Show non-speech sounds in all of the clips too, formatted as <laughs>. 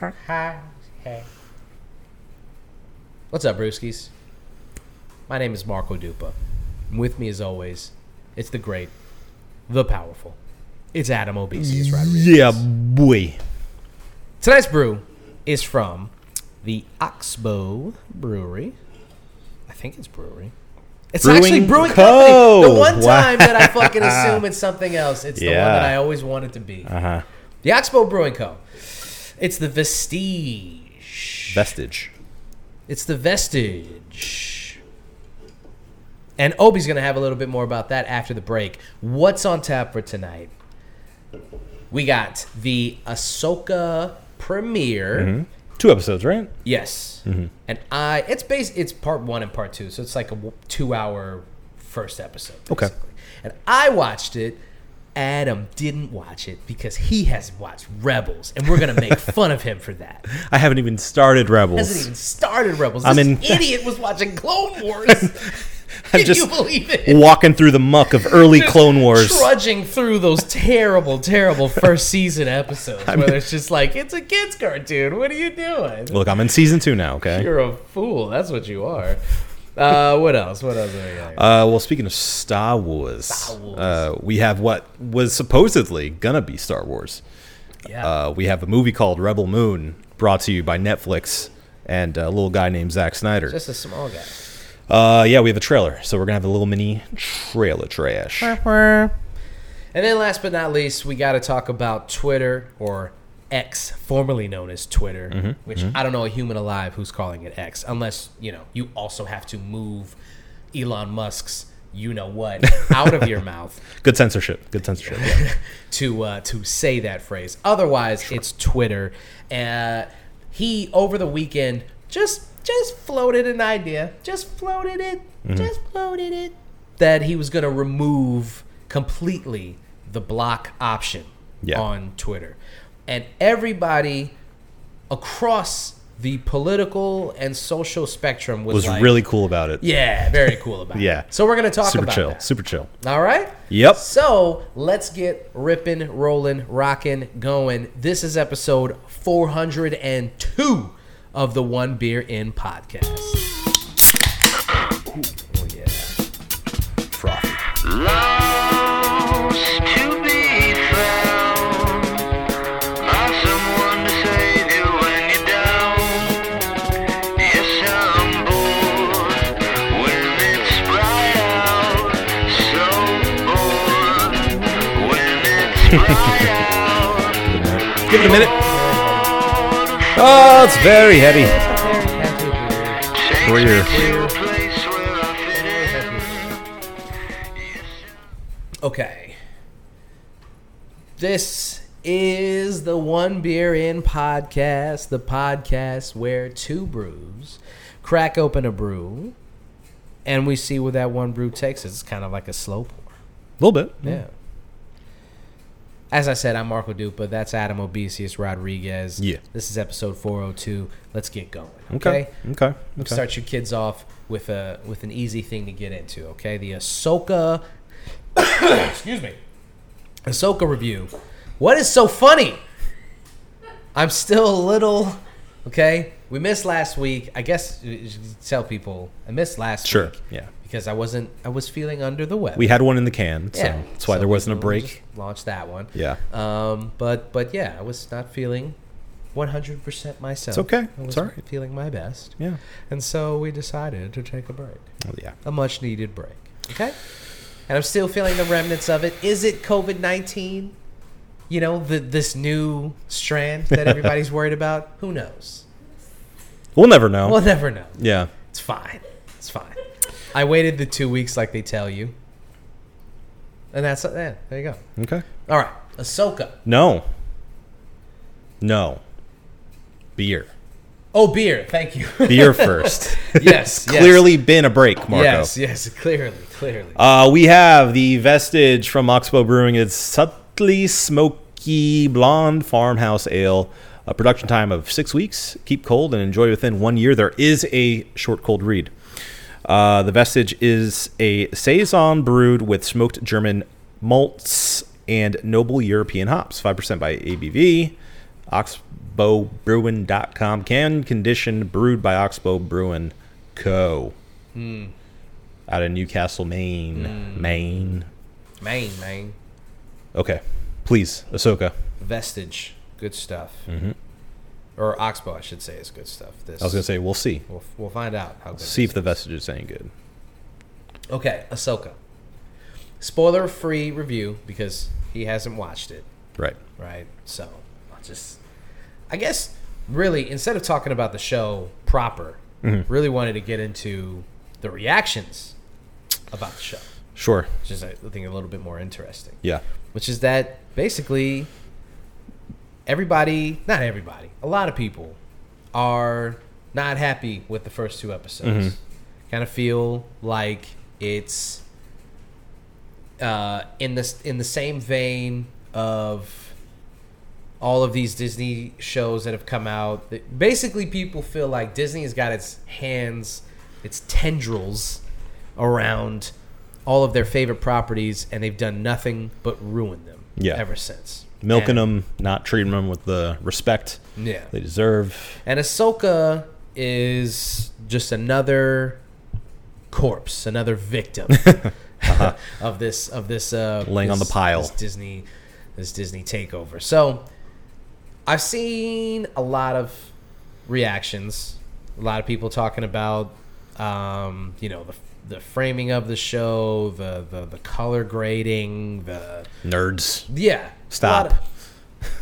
Hi. Hey. What's up, Brewskis? My name is Marco Dupa. And with me, as always, it's the great, the powerful. It's Adam Obesius Rodriguez. Yeah, boy. Tonight's brew is from the Oxbow Brewery. I think it's brewery. It's Brewing actually Brewing Co. Company. The one <laughs> Wow. time that I fucking assume it's something else, it's the one Yeah. that I always want it to be. Uh huh. The Oxbow Brewing Co. It's the Vestige. Vestige. It's the vestige. And Obi's going to have a little bit more about that after the break. What's on tap for tonight? We got the Ahsoka premiere. Two episodes, right? Yes. And I it's based it's part 1 and part 2. So it's like a 2-hour first episode Okay. basically. And I watched it. Adam didn't watch it because he has watched Rebels and we're going to make fun of him for that. I haven't even started hasn't Rebels. even started Rebels. This I'm in- idiot was watching Clone <laughs> Wars. I'm Can you just believe it? walking through the muck of <laughs> early Just Clone Wars. Trudging through those terrible, terrible first season episodes where it's just like, it's a kid's cartoon. What are you doing? Look, I'm in season two now. Okay. You're a fool. That's what you are. Uh, what else? What else? Are we got? Uh, well, speaking of Star Wars, Wars. Uh, we have what was supposedly gonna be Star Wars. yeah. Uh, we have a movie called Rebel Moon, brought to you by Netflix and a little guy named Zack Snyder. just a small guy. Uh, yeah, we have a trailer, so we're gonna have a little mini trailer trash. And then last but not least, we got to talk about Twitter or X, formerly known as Twitter, which I don't know a human alive who's calling it X, unless, you know, you also have to move Elon Musk's you know what out of your mouth Good censorship. Good censorship. yeah. to uh, to say that phrase. Otherwise, it's Twitter. Uh, he over the weekend just just floated an idea, just floated it, Mm-hmm. just floated it that he was going to remove completely the block option Yeah. on Twitter, and everybody across the political and social spectrum was, Was like, really cool about it. yeah, very cool <laughs> about Yeah. it. So we're going to talk Super about chill. that. Super chill. All right. Yep. So let's get ripping, rolling, rocking, going. This is episode 402 of the One Beer In podcast. Oh, yeah. Frothy. Lost to be found by someone to save you when you're down. Yes, I'm bored when it's bright out. So bored when it's bright out. Give it a minute. Oh, it's very heavy. Takes We're me here. to a place where I fit in. Okay. This is the One Beer In podcast, the podcast where two brews crack open a brew and we see where that one brew takes us. It's kind of like a slow pour. A little bit. Yeah. As I said, I'm Marco Dupa. That's Adam Obesius Rodriguez. Yeah. This is episode 402. Let's get going. Okay. Okay. Okay. okay. Start your kids off with a with an easy thing to get into. Okay. The Ahsoka. <coughs> excuse me. Ahsoka review. What is so funny? I'm still a little. Okay. We missed last week. I guess you should tell people I missed last Sure. week. Yeah. Because I wasn't. I was feeling under the weather. We had one in the can, so Yeah. that's why So there wasn't a we'll break. just Launch that one. Yeah. Um, but but yeah, I was not feeling 100% myself. It's okay. I It's was all right. feeling my best. Yeah. And so we decided to take a break. Well, yeah. A much needed break. Okay? And I'm still feeling the remnants of it. Is it COVID-19? You know, the, this new strand that <laughs> everybody's worried about? Who knows? We'll never know. We'll never know. yeah. It's fine. It's fine. I waited the 2 weeks like they tell you. And that's uh, yeah, there you go. Okay. All right, Ahsoka. No. No. Beer. Oh, beer. Thank you. <laughs> Beer first. yes, Clearly been a break, Marco. Yes, yes, clearly, clearly. Uh, we have the vestige from Oxbow Brewing. It's subtly smoky blonde farmhouse ale. A production time of six weeks. Keep cold and enjoy within one year. There is a short cold read. Uh, the vestige is a saison brewed with smoked German malts and noble European hops, five percent by ABV. oxbowbrewing.com. Can conditioned, brewed by Oxbow Brewing Co. Out of Newcastle, Maine. Maine. Maine, Maine. Okay. Please, Ahsoka. Vestige. Good stuff. Mm-hmm. Or Oxbow, I should say, is good stuff. This I was going to say, we'll see. We'll, we'll find out how good. See this if the vestige is any good. Okay, Ahsoka. Spoiler free review because he hasn't watched it, Right. right? So I'll just, I guess, really, instead of talking about the show proper, Mm-hmm. really wanted to get into the reactions about the show, Sure. which is, I think, a little bit more interesting. Yeah. Which is that basically everybody, not everybody, a lot of people are not happy with the first two episodes. Mm-hmm. Kind of feel like it's uh, in this in the same vein of all of these Disney shows that have come out. That- Basically, people feel like Disney has got its hands, its tendrils around all of their favorite properties, and they've done nothing but ruin them Yeah. ever since. Milking And- them, not treating them with the respect Yeah. they deserve. And Ahsoka is just another corpse, another <laughs> victim <laughs> of this of this uh, Uh-huh. Laying on this- the pile. This Disney, this Disney takeover. So, I've seen a lot of reactions, a lot of people talking about, um, you know, the the framing of the show, the the, the color grading, the Nerds. yeah, a lot Stop. of-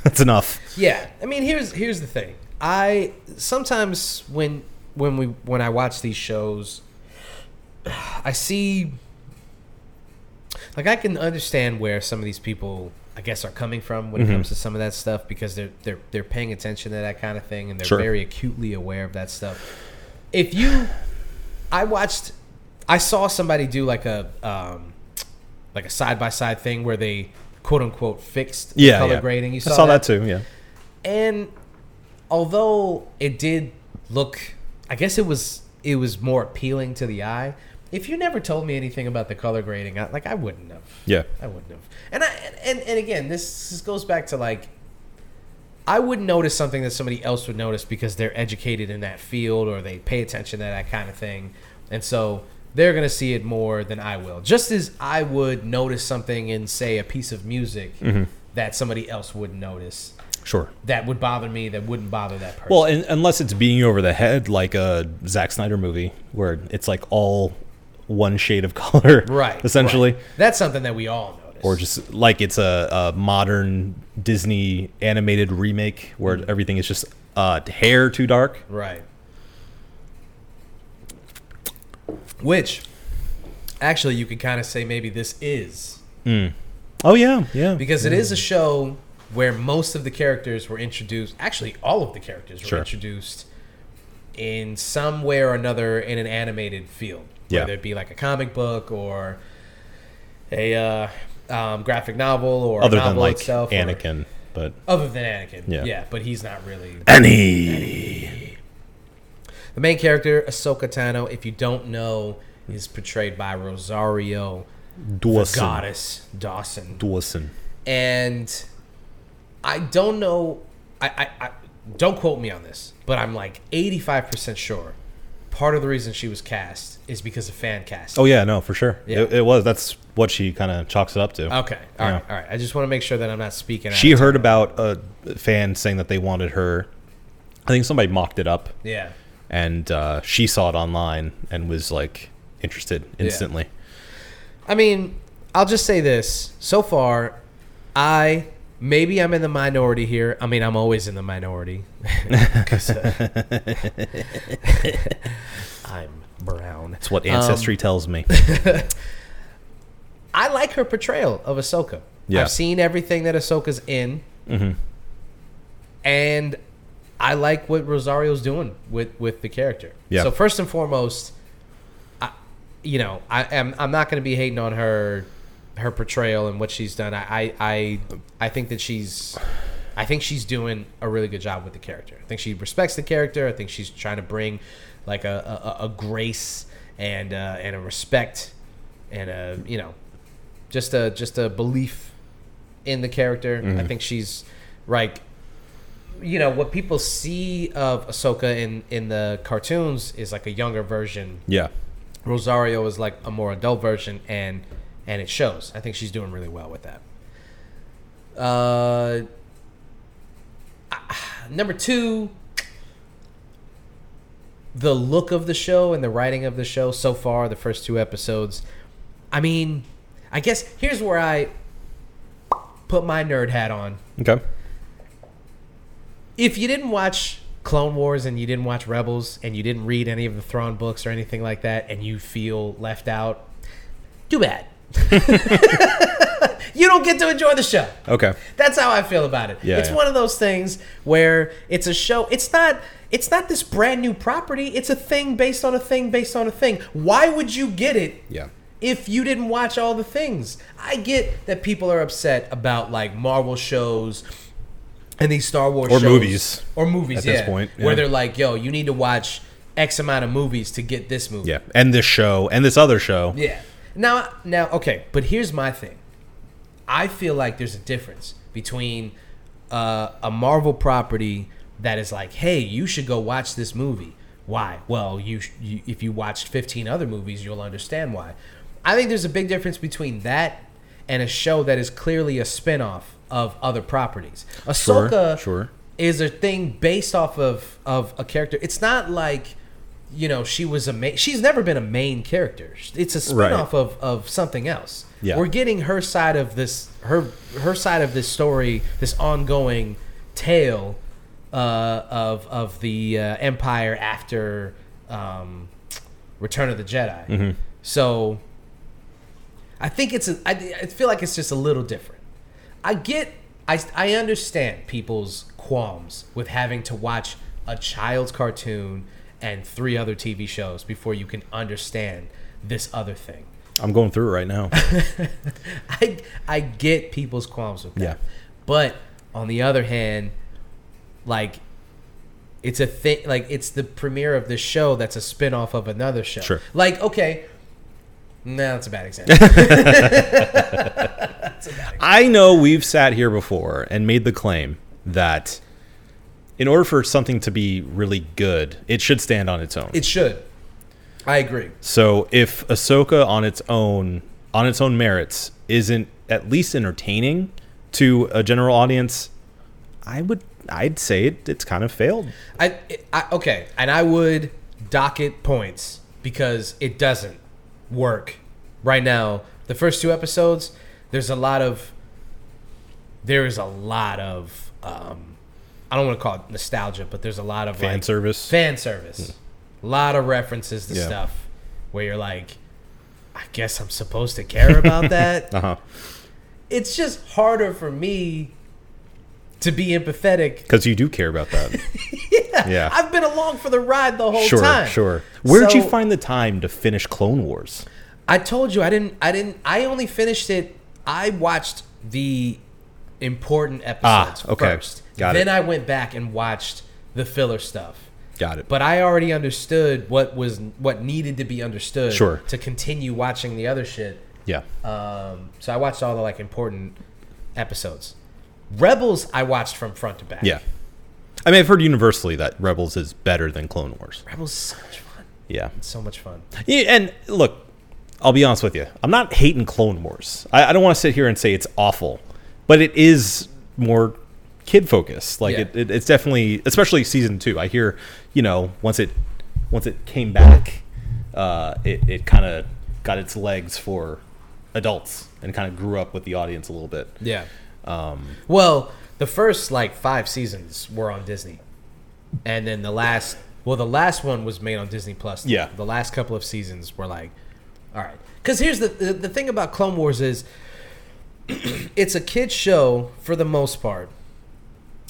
<laughs> That's enough. yeah, I mean, here's here's the thing. I sometimes when when we when I watch these shows, I see like I can understand where some of these people I guess are coming from when it comes to Mm-hmm. some of that stuff because they're they're they're paying attention to that kind of thing and they're Sure. very acutely aware of that stuff. If you I watched I saw somebody do like a um like a side by side thing where they quote unquote fixed the Yeah. color yeah. grading. You saw, I saw that that? too. Yeah. and although it did look i guess it was it was more appealing to the eye if you never told me anything about the color grading I, like i wouldn't have Yeah. i wouldn't have and i and, and again this, this goes back to like i wouldn't notice something that somebody else would notice because they're educated in that field or they pay attention to that kind of thing and so they're going to see it more than i will just as i would notice something in say a piece of music that somebody else would notice Sure. that would bother me that wouldn't bother that person. Well, un unless it's beating you over the head like a Zack Snyder movie where it's like all one shade of <laughs> color, right. Essentially, right. That's something that we all notice. or just like it's a, a modern Disney animated remake where everything is just uh, hair too dark. right. Which actually you could kind of say maybe this is Oh yeah, yeah. because it is Mm. a show where most of the characters were introduced, actually all of the characters were Sure. introduced in some way or another in an animated field. Yeah. Whether it be like a comic book or a uh, um, graphic novel or a Other novel than like itself or- Anakin, but Other than Anakin, yeah. Yeah. but he's not really Annie. the main character. Ahsoka Tano, if you don't know, is portrayed by Rosario Dawson. Goddess Dawson, Dawson. and I don't know. I, I, I don't quote me on this, but I'm like 85 percent sure. Part of the reason she was cast is because of fan cast. Oh yeah, no, for sure. Yeah. It, it was. That's what she kind of chalks it up to. okay, all right, Yeah. all right. I just want to make sure that I'm not speaking. out She of turn. heard about a fan saying that they wanted her. I think somebody mocked it up, yeah. and uh, she saw it online and was like interested instantly. I mean, I'll just say this. So far, I maybe I'm in the minority here. I mean, I'm always in the minority. 'Cause, uh, I'm brown. It's what ancestry tells <laughs> me. I like her portrayal of Ahsoka. Yeah. I've seen everything that Ahsoka's in. And I like what Rosario's doing with, with the character. Yeah. So first and foremost, I, you know, I am I'm not gonna be hating on her her portrayal and what she's done. I, I I I think that she's I think she's doing a really good job with the character. I think she respects the character. I think she's trying to bring like a a, a grace and uh, and a respect and a you know just a just a belief in the character. I think she's like you know what people see of Ahsoka in in the cartoons is like a younger version. Yeah. Rosario is like a more adult version, and and it shows. I think she's doing really well with that. Uh, <sighs> ah, number two, the look of the show and the writing of the show so far, the first two episodes. I mean, I guess here's where I put my nerd hat on Okay. if you didn't watch Clone Wars and you didn't watch Rebels and you didn't read any of the Thrawn books or anything like that and you feel left out, too bad. <laughs> you don't get to enjoy the show. Okay. That's how I feel about it. Yeah, it's yeah. one of those things where it's a show. It's not. It's not this brand new property. It's a thing based on a thing based on a thing. Why would you get it? Yeah. If you didn't watch all the things, I get that people are upset about like Marvel shows and these Star Wars Or shows. movies. or movies At yeah, this point, yeah. where they're like, "Yo, you need to watch X amount of movies to get this movie." Yeah. And this show and this other show. Yeah. Now, now, okay, but here's my thing. I feel like there's a difference between uh, a Marvel property that is like, "Hey, you should go watch this movie." Why? Well, you, sh- you if you watched 15 other movies, you'll understand why. I think there's a big difference between that and a show that is clearly a spin-off of other properties. Ahsoka sure. is a thing based off of of a character. It's not like you know she was a main. She's never been a main character. It's a Right. spinoff of of something else. Yeah. we're getting her side of this her her side of this story, this ongoing tale uh, of of the uh, empire after um, Return of the Jedi. So I think it's a, I, I feel like it's just a little different. I get I I understand people's qualms with having to watch a child's cartoon and three other TV shows before you can understand this other thing. I'm going through it right now. <laughs> I I get people's qualms with that. Yeah. But on the other hand, like it's a thing like it's the premiere of this show that's a spin-off of another show. Sure. Like, okay. No, that's a bad <laughs> example. I know we've sat here before and made the claim that in order for something to be really good, it should stand on its own. it should. I agree. So if Ahsoka on its own on its own merits isn't at least entertaining to a general audience, I would I'd say it, it's kind of failed. I, I okay, and I would docket points because it doesn't work right now. The first two episodes, there's a lot of there is a lot of um, I don't want to call it nostalgia, but there's a lot of Fan like, service. Hmm. fan service, a lot of references to Yeah. stuff where you're like, I guess I'm supposed to care <laughs> about that uh-huh. it's just harder for me to be empathetic. Cuz you do care about <laughs> that. yeah. I've been along for the ride the whole sure, time. sure. Where'd you So- find the time to finish Clone Wars? I told you I didn't. I didn't. I only finished it. I watched the important episodes Ah, okay. first. Got then it. I went back and watched the filler stuff. Got it. But I already understood what was what needed to be understood. Sure. To continue watching the other shit. yeah. Um, so I watched all the like important episodes. Rebels I watched from front to back. Yeah. I mean, I've heard universally that Rebels is better than Clone Wars. Rebels is so much fun. Yeah. So much fun. Yeah, and look, I'll be honest with you. I'm not hating Clone Wars. I, I don't want to sit here and say it's awful, but it is more kid focused. Like Yeah. it, it, it's definitely, especially season two. I hear, you know, once it once it came back, uh, it it kind of got its legs for adults and kind of grew up with the audience a little bit. Yeah. Um, well, the first like five seasons were on Disney, and then the last, well, the last one was made on Disney Plus. Yeah. The last couple of seasons were like, all right, because here's the, the the thing about Clone Wars is, <clears throat> it's a kid show for the most part,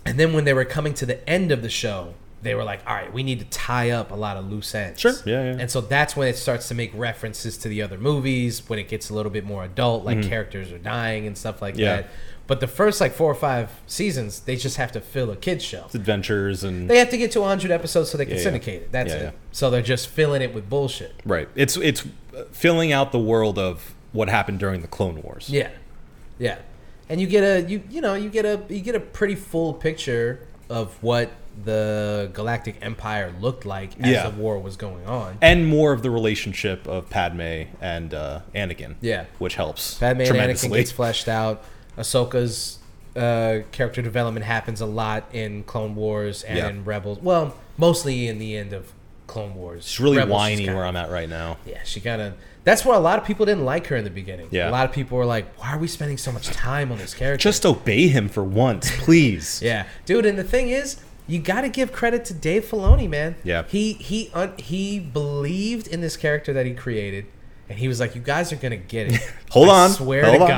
and then when they were coming to the end of the show. They were like, "All right, we need to tie up a lot of loose ends." Sure. Yeah, yeah. And so that's when it starts to make references to the other movies. When it gets a little bit more adult, like characters are dying and stuff like Mm-hmm. Yeah. that. But the first like four or five seasons, they just have to fill a kid's show. Adventures and They have to get to 100 episodes so they can Yeah, yeah. syndicate it. That's Yeah, it. yeah. So they're just filling it with bullshit. right, it's it's uh, filling out the world of what happened during the Clone Wars. Yeah, yeah. And you get a you you know you get a you get a pretty full picture of what the Galactic Empire looked like as Yeah. the war was going on. and more of the relationship of Padme and uh, Anakin. Yeah. which helps Padme and Anakin tremendously. gets fleshed out. Ahsoka's uh, character development happens a lot in Clone Wars and Yeah. in Rebels. Well, mostly in the end of Clone Wars. It's really Rebels is whiny kinda- where I'm at right now. Yeah, she kind of. That's where a lot of people didn't like her in the beginning. Yeah. A lot of people were like, "Why are we spending so much time on this character?" Just obey him <laughs> for once, please. Yeah, dude. And the thing is, you got to give credit to Dave Filoni, man. Yeah. He he un- he believed in this character that he created, and he was like, "You guys are gonna get it." <laughs> Hold I on, Swear hold to on.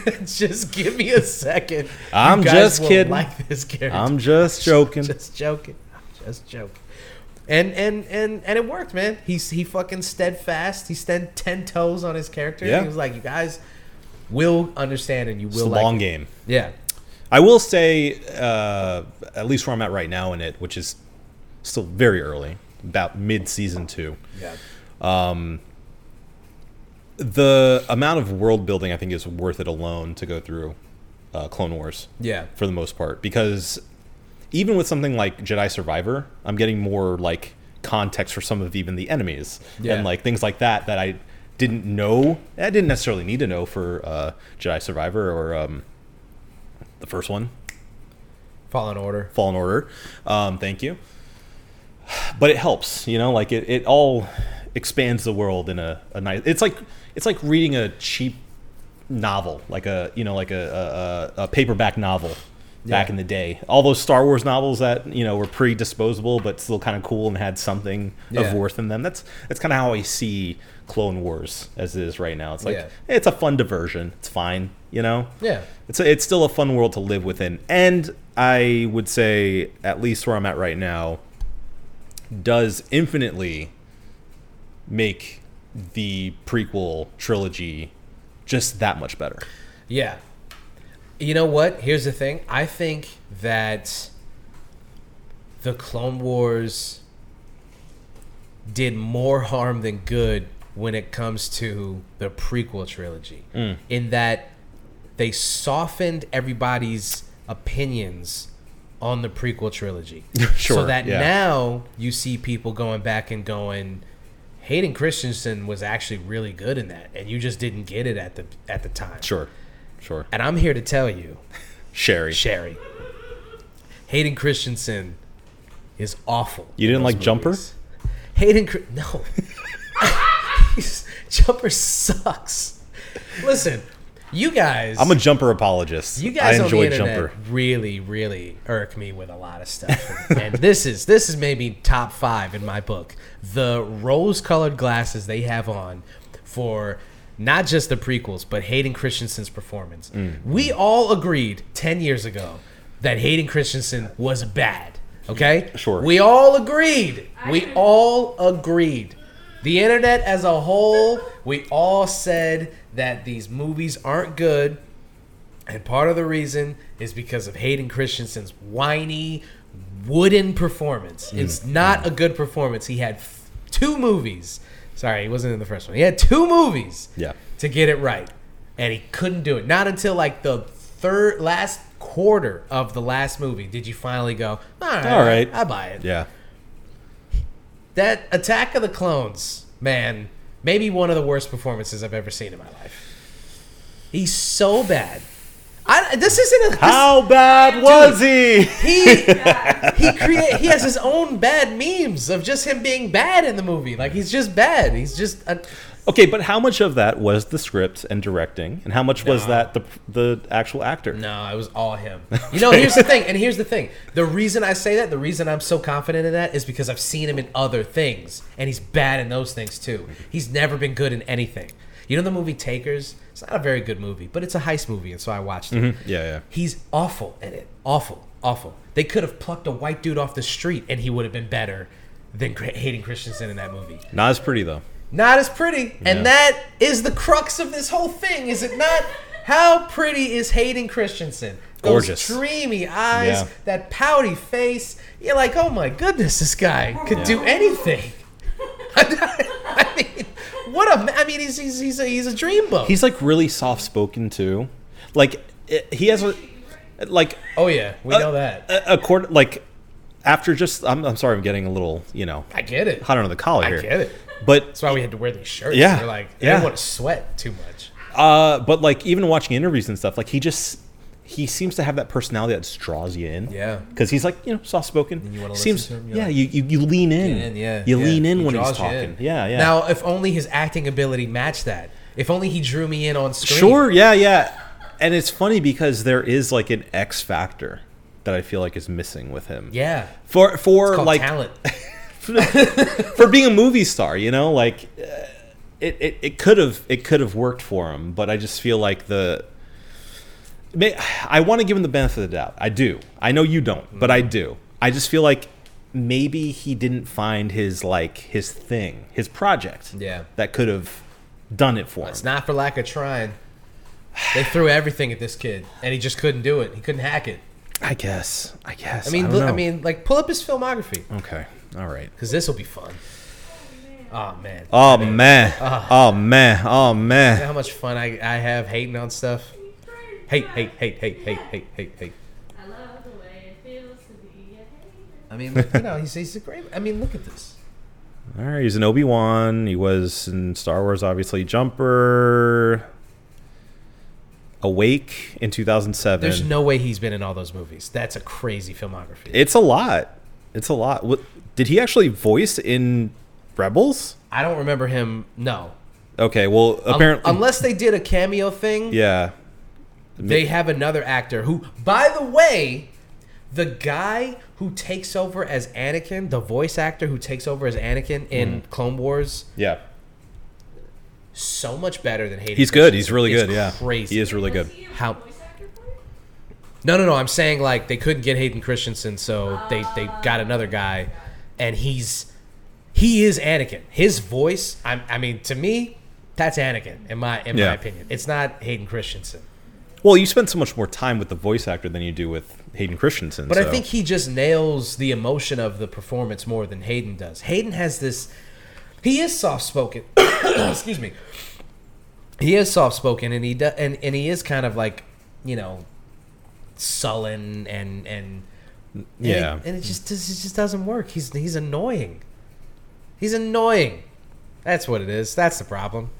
God. <laughs> just give me a second. You I'm guys just will kidding. Like this character. <laughs> I'm just joking. Just joking. I'm just joking. And and and and it worked, man. He's he fucking steadfast. He stand ten toes on his character. Yeah. He was like, "You guys." Will understand and you will it's a like long it." game. Yeah, I will say, uh, at least where I'm at right now in it, which is still very early, about mid season two. yeah, The amount of world building I think is worth it alone to go through uh, Clone Wars yeah. for the most part because even with something like Jedi Survivor, I'm getting more like context for some of even the enemies Yeah. and like things like that that I didn't know. I didn't necessarily need to know for uh, Jedi Survivor or um, the first one, Fallen Order. Fallen Order. Um, thank you. But it helps, you know, like it, it all expands the world in a, a nice. It's like it's like reading a cheap novel, like a you know, like a a, a- a paperback novel back Yeah. in the day. All those Star Wars novels that you know were pre-disposable, but still kind of cool and had something Yeah. of worth in them. That's that's kind of how I see Clone Wars as it is right now. It's like Yeah. it's a fun diversion. It's fine, you know. Yeah. It's a, it's still a fun world to live within, and I would say at least where I'm at right now does infinitely make the prequel trilogy just that much better. Yeah. You know what? Here's the thing. I think that the Clone Wars did more harm than good when it comes to the prequel trilogy. Mm. In that they softened everybody's opinions on the prequel trilogy. So <laughs> Sure, that yeah. now you see people going back and going Hayden Christensen was actually really good in that and you just didn't get it at the at the time. Sure, sure. And I'm here to tell you, Sherry, Sherry, Hayden Christensen is awful. you in didn't those like Jumper? movies. Hayden, Chri- no, <laughs> He's- Jumper sucks. Listen, you guys, I'm a Jumper apologist. you guys I on the enjoyed internet Jumper. really, really irk me with a lot of stuff. and this is this is maybe top five in my book. The rose-colored glasses they have on for not just the prequels, but Hayden Christensen's performance. Mm. We all agreed ten years ago that Hayden Christensen was bad. Okay, Sure. We all agreed. We all agreed. The internet as a whole, we all said that these movies aren't good. And part of the reason is because of Hayden Christensen's whiny, wooden performance. Mm. It's not a good performance. He had f- two movies. Sorry, he wasn't in the first one. He had two movies Yeah. to get it right. And he couldn't do it. Not until like the third, last quarter of the last movie did you finally go, all right, All right. I buy it. Yeah, That Attack of the Clones, man, maybe one of the worst performances I've ever seen in my life. He's so bad. I, this isn't a, this- how bad was he? he he create he has his own bad memes of just him being bad in the movie. Like he's just bad. He's just a, Okay, but how much of that was the script and directing, and how much was No. that the the actual actor? no. It was all <laughs> him. You know. Here's the thing. And here's the thing. The reason I say that, the reason I'm so confident in that, is because I've seen him in other things, and he's bad in those things too. He's never been good in anything. You know the movie Takers. It's not a very good movie, but it's a heist movie, and so I watched it. Mm-hmm. Yeah, yeah. He's awful at it. Awful, awful. They could have plucked a white dude off the street, and he would have been better than Gra- Hayden Christensen in that movie. Not as pretty though. not as pretty. Yeah. And that is the crux of this whole thing, is it not? How pretty is Hayden Christensen? Those Gorgeous. dreamy eyes, Yeah. that pouty face. You're like, oh my goodness, this guy could do anything. <laughs> I mean, what a! ma- I mean, he's he's he's a, he's a dreamboat. He's like really soft spoken too. Like it, he has a like Oh yeah, we uh, know that. a- accord like after just I'm, I'm sorry I'm getting a little you know I get it. hot under the collar I here. get it. But That's why we had to wear these shirts. Yeah, we're like, they yeah. didn't want to sweat too much. uh, but like even watching interviews and stuff, like he just he seems to have that personality that just draws you in. Yeah. because he's like you know soft spoken. you wanna Seems listen to him, you're yeah, like- you, you you lean in. And yeah, Mm. you yeah. lean in He when he's draws you talking. in. Yeah, yeah. Now, if only his acting ability matched that. If only he drew me in on screen. Sure, yeah, yeah. And it's funny because there is like an X factor that I feel like is missing with him. Yeah. For for Called like talent. for being a movie star, you know, like uh, it it, it could have it could have worked for him, but I just feel like the may, I want to give him the benefit of the doubt. I do. I know you don't, but I do. I just feel like maybe he didn't find his like his thing, his project. Yeah. That could have done it for him. It's not for lack of trying. They threw everything at this kid, and he just couldn't do it. He couldn't hack it. I guess. I guess. I mean, don't look, I know. mean, like, pull up his filmography Okay. All right. because this will be fun. Oh man. Oh man. Uh, Oh man. Oh You know man. how much fun I, I have hating on stuff. Hate, hate, hate, hate, hate, hate, hate, hate. I love the way it feels to be a hater. I mean, you know, he's, he's a great. I mean, look at this. All right. He's an Obi Wan. He was in Star Wars, obviously. Jumper. Awake in 2007. There's no way he's been in all those movies. That's a crazy filmography. it's a lot. It's a lot. What, did he actually voice in Rebels? I don't remember him. No. Okay. Well, Un- apparently. unless they did a cameo thing, yeah. they have another actor who, by the way, the guy who takes over as Anakin, the voice actor who takes over as Anakin in Mm. Clone Wars, Yeah. so much better than Hayden. He's good. Christensen. He's really It's good. Yeah. Crazy. He is really good. Was he a How- voice actor for it? No, no, no. I'm saying like they couldn't get Hayden Christensen, so they they got another guy, and he's he is Anakin. His voice, I, I mean, to me, that's Anakin in my in Yeah. my opinion. It's not Hayden Christensen, Well, you spend so much more time with the voice actor than you do with Hayden Christensen. but so- I think he just nails the emotion of the performance more than Hayden does. Hayden has this. He is soft spoken. <coughs> Excuse me. He is soft spoken, and he do, and and he is kind of like you know sullen and and. And it- Yeah. and it just does- it just doesn't work. He's he's annoying. He's annoying. That's what it is. That's the problem.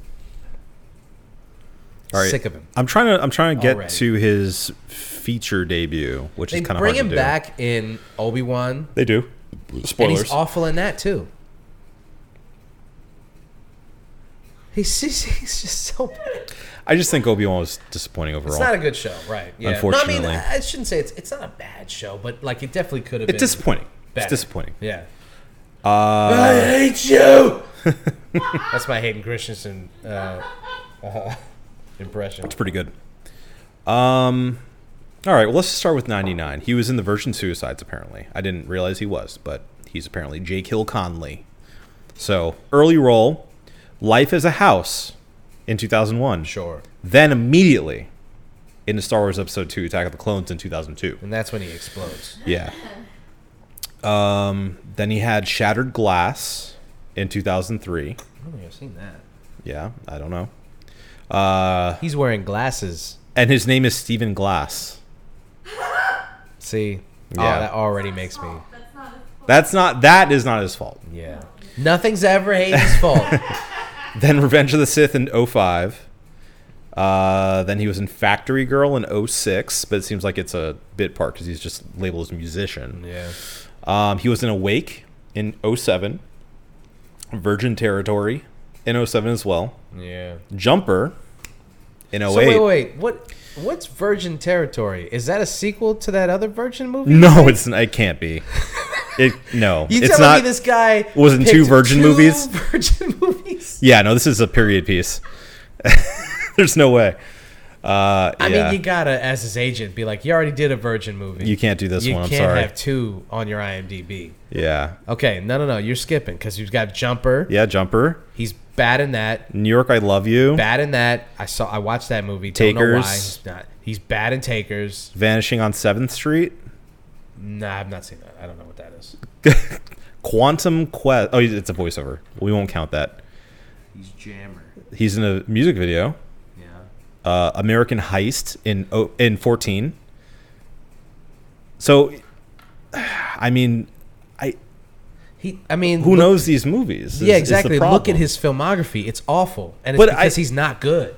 All right. Sick of him. I'm trying to. I'm trying to get Already. to his feature debut, which They is kind of bring hard to him do. back in Obi Wan, They do. and he's Spoilers. awful in that too. He's <laughs> just, he's just so bad. I just think Obi Wan was disappointing overall. It's not a good show, right? Yeah. No, I Unfortunately. mean, I I shouldn't say it's it's not a bad show, but like it definitely could have been it's disappointing. better. It's disappointing. Yeah. Uh, I hate you. That's my Hayden Christensen uh, <laughs> uh, impression. it's pretty good. Um, all right. Well, let's just start with 99. He was in the Virgin Suicides. Apparently, I didn't realize he was, but he's apparently Jake Hill Conley. So early role, Life as a House, in 2001. Sure. Then immediately, into Star Wars Episode Two: Attack of the Clones in 2002. And that's when he explodes. <laughs> Yeah. Um, then he had Shattered Glass in 2003. I don't think I've seen that. Yeah, I don't know. Uh, He's wearing glasses. and his name is Stephen Glass. See? Yeah. Oh, that already makes me. That's not his fault. That's not that is not his fault. Yeah. Nothing's ever Hayden's fault. Then Revenge of the Sith in 05. Uh, then he was in Factory Girl in 06, but it seems like it's a bit part because he's just labeled as a musician. yeah. Um, he was in Awake in 07, Virgin Territory in 07 as well, Yeah. Jumper in 08. So wait, wait, wait. What? What's Virgin Territory? Is that a sequel to that other Virgin movie? No, it's it can't be. It no, <laughs> You it's telling not. me this guy was in two picked Virgin two <laughs> movies? Virgin movies. Yeah, no, this is a period piece. <laughs> There's no way. Uh, I yeah, mean, you gotta, as his agent, be like, you already did a Virgin movie. You can't do this you one. I'm can't sorry. have two on your IMDb. yeah, Okay, no, no, no. You're skipping because you've got Jumper. yeah, Jumper, He's bad in that. New York, I love you, Bad in that. I saw. I watched that movie. Don't know why. Takers. He's not. He's bad in Takers. Vanishing on Seventh Street, Nah, I've not seen that. I don't know what that is. Quantum Quest. Oh, it's a voiceover. We won't count that. He's Jammer. He's in a music video. Yeah. Uh, American Heist in oh, in 14, So, <sighs> I mean, I He, I mean, who look- knows these movies? is- Yeah, is the exactly. Look problem. at his filmography; it's awful, and it's But because I- he's not good.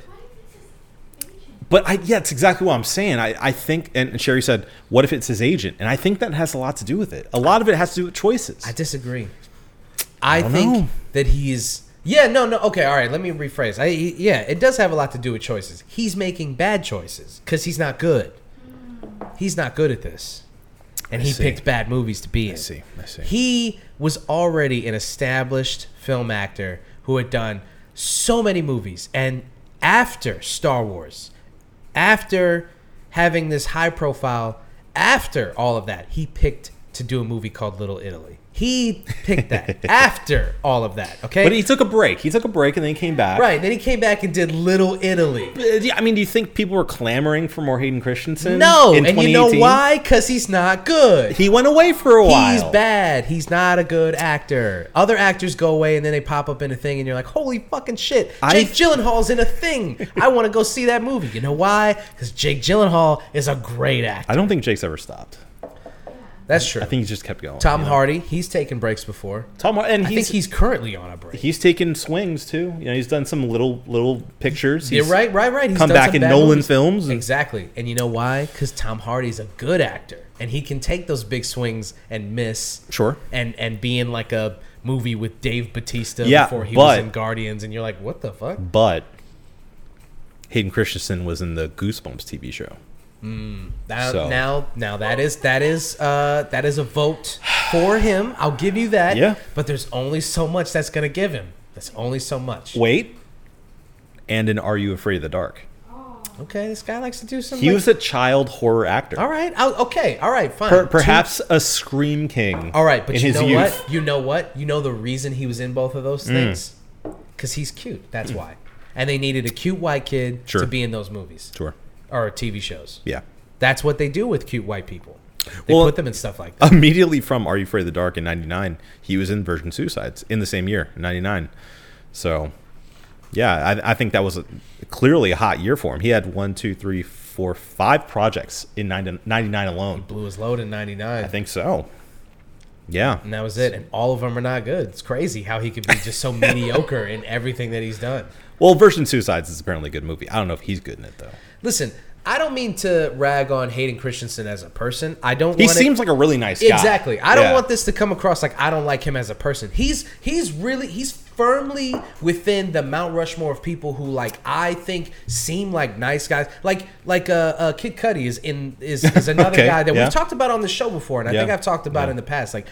But I, yeah, it's exactly what I'm saying. I, I think, and Sherry said, what if it's his agent? And I think that has a lot to do with it. A lot of it has to do with choices. I disagree. I, don't think know. that he's. Yeah, no, no. Okay, all right. Let me rephrase. I yeah, it does have a lot to do with choices. He's making bad choices because he's not good. He's not good at this, and I he see. picked bad movies to be in. see, I see. He was already an established film actor who had done so many movies, and after Star Wars, after having this high profile, after all of that, he picked to do a movie called Little Italy. He picked <laughs> that after all of that. Okay. but he took a break. He took a break and then he came back. right. Then he came back and did Little Italy. Uh, yeah, I mean, do you think people were clamoring for more Hayden Christensen? No, in and you know 2018? why? Because he's not good. He went away for a while. He's bad. He's not a good actor. Other actors go away and then they pop up in a thing, and you're like, holy fucking shit! I- Jake Gyllenhaal's in a thing. I want to go see that movie. You know why? Because Jake Gyllenhaal is a great actor. I don't think Jake's ever stopped. That's true. I think he just kept going. Tom you know? Hardy, he's taken breaks before. Tom Hardy, and I he's think he's currently on a break. he's taken swings too. You know, he's done some little little pictures. You're He's right, right, right. He's come done back some in bad Nolan movies. films and- Exactly. And you know why? Because Tom Hardy's a good actor. And he can take those big swings and miss. Sure. And and be in like a movie with Dave Batista Yeah, before he was but- in Guardians and you're like, what the fuck? But Hayden Christensen was in the Goosebumps TV show. Now So- now now that is that is uh that is a vote for him. I'll give you that. Yeah. But there's only so much that's gonna give him. That's only so much. Wait, and in Are You Afraid of the Dark? Okay, this guy likes to do some. He like- was a child horror actor. all right. I'll, okay. All right. Fine. Per- Two- perhaps a scream king. All right, but in you his know youth. Mm. what? You know what? You know the reason he was in both of those things? Because he's cute. That's why. And they needed a cute white kid Sure. to be in those movies Sure. or TV shows. Yeah. That's what they do with cute white people. They Well- put them in stuff like that. Immediately from Are You Afraid of the Dark in '99, he was in Virgin Suicides in the same year, '99. So, yeah, I, I think that was a, clearly a hot year for him. He had one, two, three, four, five projects in 90 '99 alone. Blew his load in 99. I think so. Yeah. and that was it. And all of them are not good. It's crazy how he could be just <laughs> so mediocre in everything that he's done. Well, Virgin Suicides is apparently a good movie. I don't know if he's good in it though. Listen, I don't mean to rag on Hayden Christensen as a person. I don't He want seems like a really nice guy. Exactly. I don't Yeah. want this to come across like I don't like him as a person. He's he's really he's firmly within the Mount Rushmore of people who like I think seem like nice guys. Like like uh, uh Kid Cudi is in is, is <laughs> another Okay, guy that yeah. we've talked about on the show before, and I Yeah. think I've talked about Yeah. in the past. Like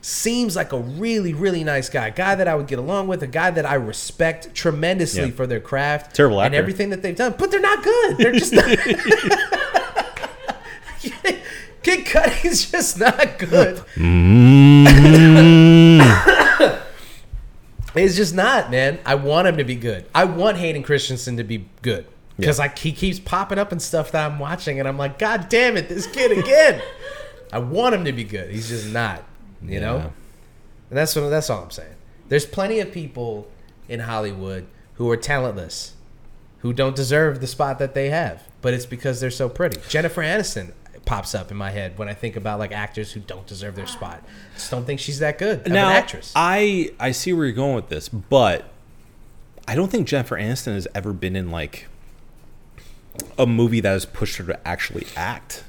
seems like a really really nice guy, a guy that I would get along with, a guy that I respect tremendously Yeah. for their craft, Terrible and actor. everything that they've done. But they're not good. They're just not. <laughs> Kid Cudi's just not good. Mm. <coughs> It's just not, man. I want him to be good. I want Hayden Christensen to be good because like he keeps popping up and stuff that I'm watching, and I'm like, God damn it, this kid again. I want him to be good. He's just not, you know. Yeah. And that's what that's all I'm saying. There's plenty of people in Hollywood who are talentless, who don't deserve the spot that they have, but it's because they're so pretty. Jennifer Aniston pops up in my head when I think about like actors who don't deserve their spot. Just don't think she's that good of now, an actress. I I see where you're going with this, but I don't think Jennifer Aniston has ever been in like a movie that has pushed her to actually act.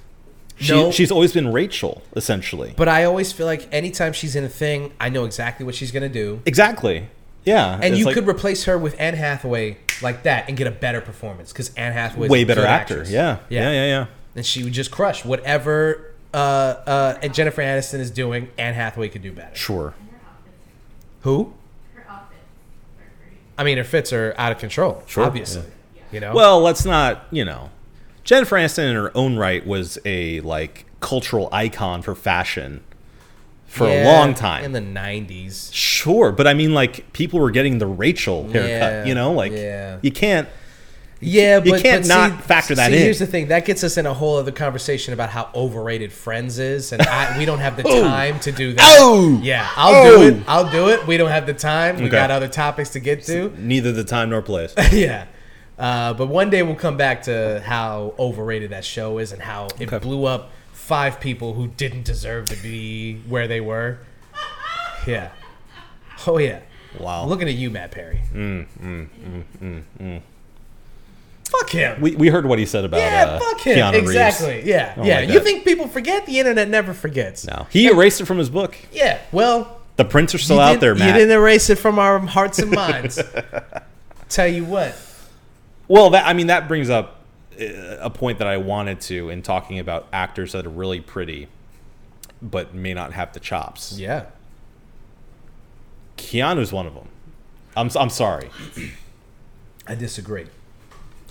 She, No. she's always been Rachel, essentially. But I always feel like anytime she's in a thing, I know exactly what she's gonna do. exactly. Yeah. And it's you like could replace her with Anne Hathaway like that and get a better performance because Anne Hathaway way better actor. Yeah. yeah. Yeah. Yeah. And she would just crush whatever uh, uh, and Jennifer Aniston is doing. Anne Hathaway could do better. Sure. Who? Her outfits are great. I mean, her fits are out of control. Sure, obviously. You know. Well, let's not. You know, Jennifer Aniston in her own right was a like cultural icon for fashion for a Yeah, long time. in the '90s. Sure, but I mean, like people were getting the Rachel haircut. Yeah, you know, like yeah. you can't. Yeah, you but can't but not factor that see, in. Here's the thing that gets us in a whole other conversation about how overrated Friends is, and I, we don't <laughs> have the time to do that. Oh! yeah, I'll Oh! do it. I'll do it. We don't have the time. We Okay. got other topics to get to. Neither the time <laughs> nor place. yeah. Uh, but one day we'll come back to how overrated that show is and how it blew up five people who didn't deserve to be where they were. Yeah. Oh yeah. Wow. I'm looking at you, Matt Perry. Mm, mm, mm, mm, mm. Fuck him. we, we heard mm. what he said about yeah, uh, fuck him. Keanu Reeves. exactly. Yeah. don't yeah. like you that. think people forget? The internet never forgets. No, he erased it from his book. Yeah. Well, The prints are still you out didn't- there, Matt. You didn't erase it from our hearts <laughs> and minds. Tell you what. er- Well, that I mean that brings up uh, a point that I wanted to in talking about actors that are really pretty but may not have the chops. Yeah. Keanu's one of them. I'm I'm sorry. I disagree.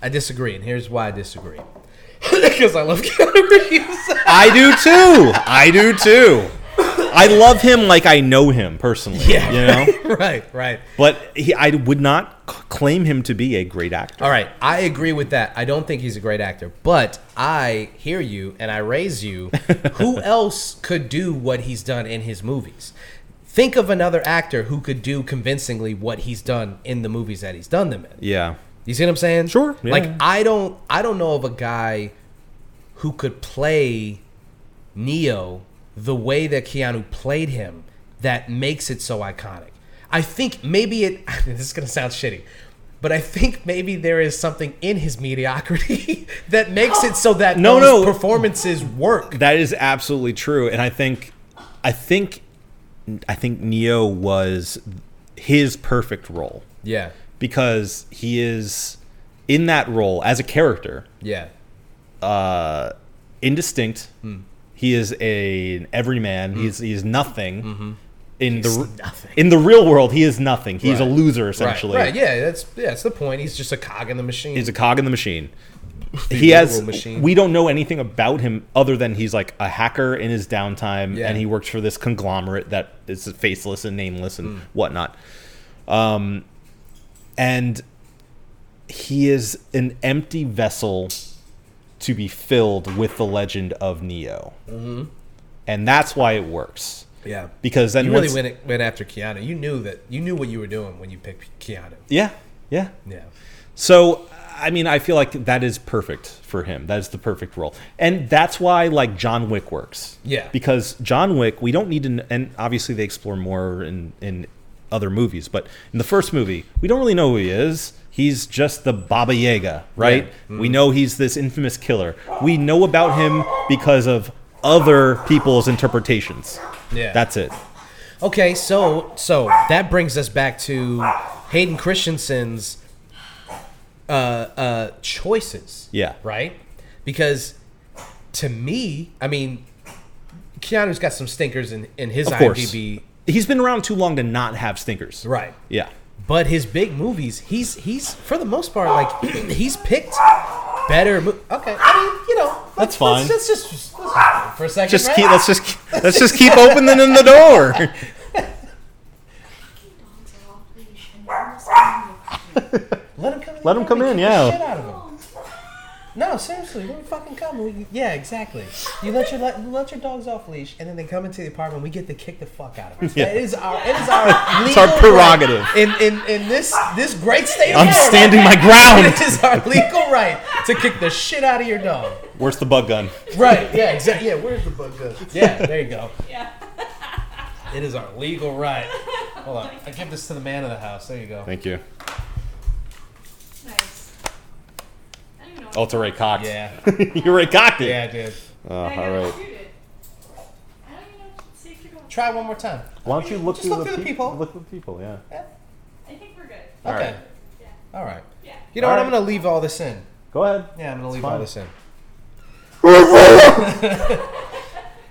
I disagree, and here's why I disagree. <laughs> Because I love Keanu Reeves. <laughs> I do too. I do too. I love him like I know him personally. <laughs> Yeah. You know? right, right. But he, I would not c- claim him to be a great actor. All right, I agree with that. I don't think he's a great actor, but I hear you and I raise you. who else could do what he's done in his movies? Think of another actor who could do convincingly what he's done in the movies that he's done them in. Yeah. You see what I'm saying? Sure, yeah. Like I don't I don't know of a guy who could play Neo the way that Keanu played him that makes it so iconic. I think maybe it <laughs> this is going to sound shitty, but I think maybe there is something in his mediocrity <laughs> that makes it so that No, those no. performances work. That is absolutely true, and I think, I think, I think Neo was his perfect role Yeah. because he is in that role as a character, Yeah. uh, indistinct. Hmm. He is a an everyman. He's he is nothing. In Mm-hmm. He's the nothing. in the real world, he is nothing. He's a Right. loser Right. essentially. Right. Yeah, that's yeah, that's the point. He's just a cog in the machine. He's a cog in the <laughs> machine. he has. literal machine. We don't know anything about him other than he's like a hacker in his downtime, Yeah. and he works for this conglomerate that is faceless and nameless and Hmm. whatnot. Um, and he is an empty vessel to be filled with the legend of Neo, and that's why it works. Mm-hmm. yeah. Because then You really once- went went after Keanu. You knew that you knew what you were doing when you picked Keanu. yeah, yeah. Yeah. So, I mean, I feel like that is perfect for him. That is the perfect role. And that's why, like, John Wick works. Yeah. Because John Wick, we don't need to, kn- and obviously they explore more in, in other movies, but in the first movie, we don't really know who he is. He's just the Baba Yaga, right? Mm-hmm. We know he's this infamous killer. We know about him because of other people's interpretations. Yeah. That's it. Okay, so so that brings us back to Hayden Christensen's uh uh choices. Yeah. Right? Because to me, I mean Keanu's got some stinkers in, in his Of course. IMDb. He's been around too long to not have stinkers. Right. Yeah. But his big movies, he's he's for the most part like <clears throat> he's picked better. Mo- okay, I mean you know That's let's- fine. Let's, let's just let's just for a second. Just right? keep, let's just let's just keep opening the door. Dogs are off leash and you must be let him come in. Let him come Kick in, the yeah. shit out of him. No, seriously, when we fucking come, we, yeah, exactly. You let your let, let your dogs off leash, and then they come into the apartment. We get to kick the fuck out of them. <laughs> Yeah. It is our it is our <laughs> It's our legal prerogative. right in in in this this great state. Of I'm Florida. standing <laughs> my It ground. is our legal right to kick the shit out of your dog. Where's the bug gun? Right? Yeah. Exactly. Yeah. Where's the bug gun? Yeah. There you go. Yeah. It is our legal right. Hold on. I give this to the man of the house. There you go. Thank you. Nice. I don't know. Oh, it's a Ray Cox. Yeah. <laughs> you Ray Cox it. Yeah, dude. Oh, I all gotta right. shoot it. I don't even know if it's safe to go. Try one more time. Why don't you look Just through look the through the peop- people. Look through the people. Yeah. I think we're good. All Okay. right. Yeah. All right. Yeah. You know All what? right. I'm gonna leave all this in. Go ahead. Yeah, I'm gonna leave fine. all <laughs> this in.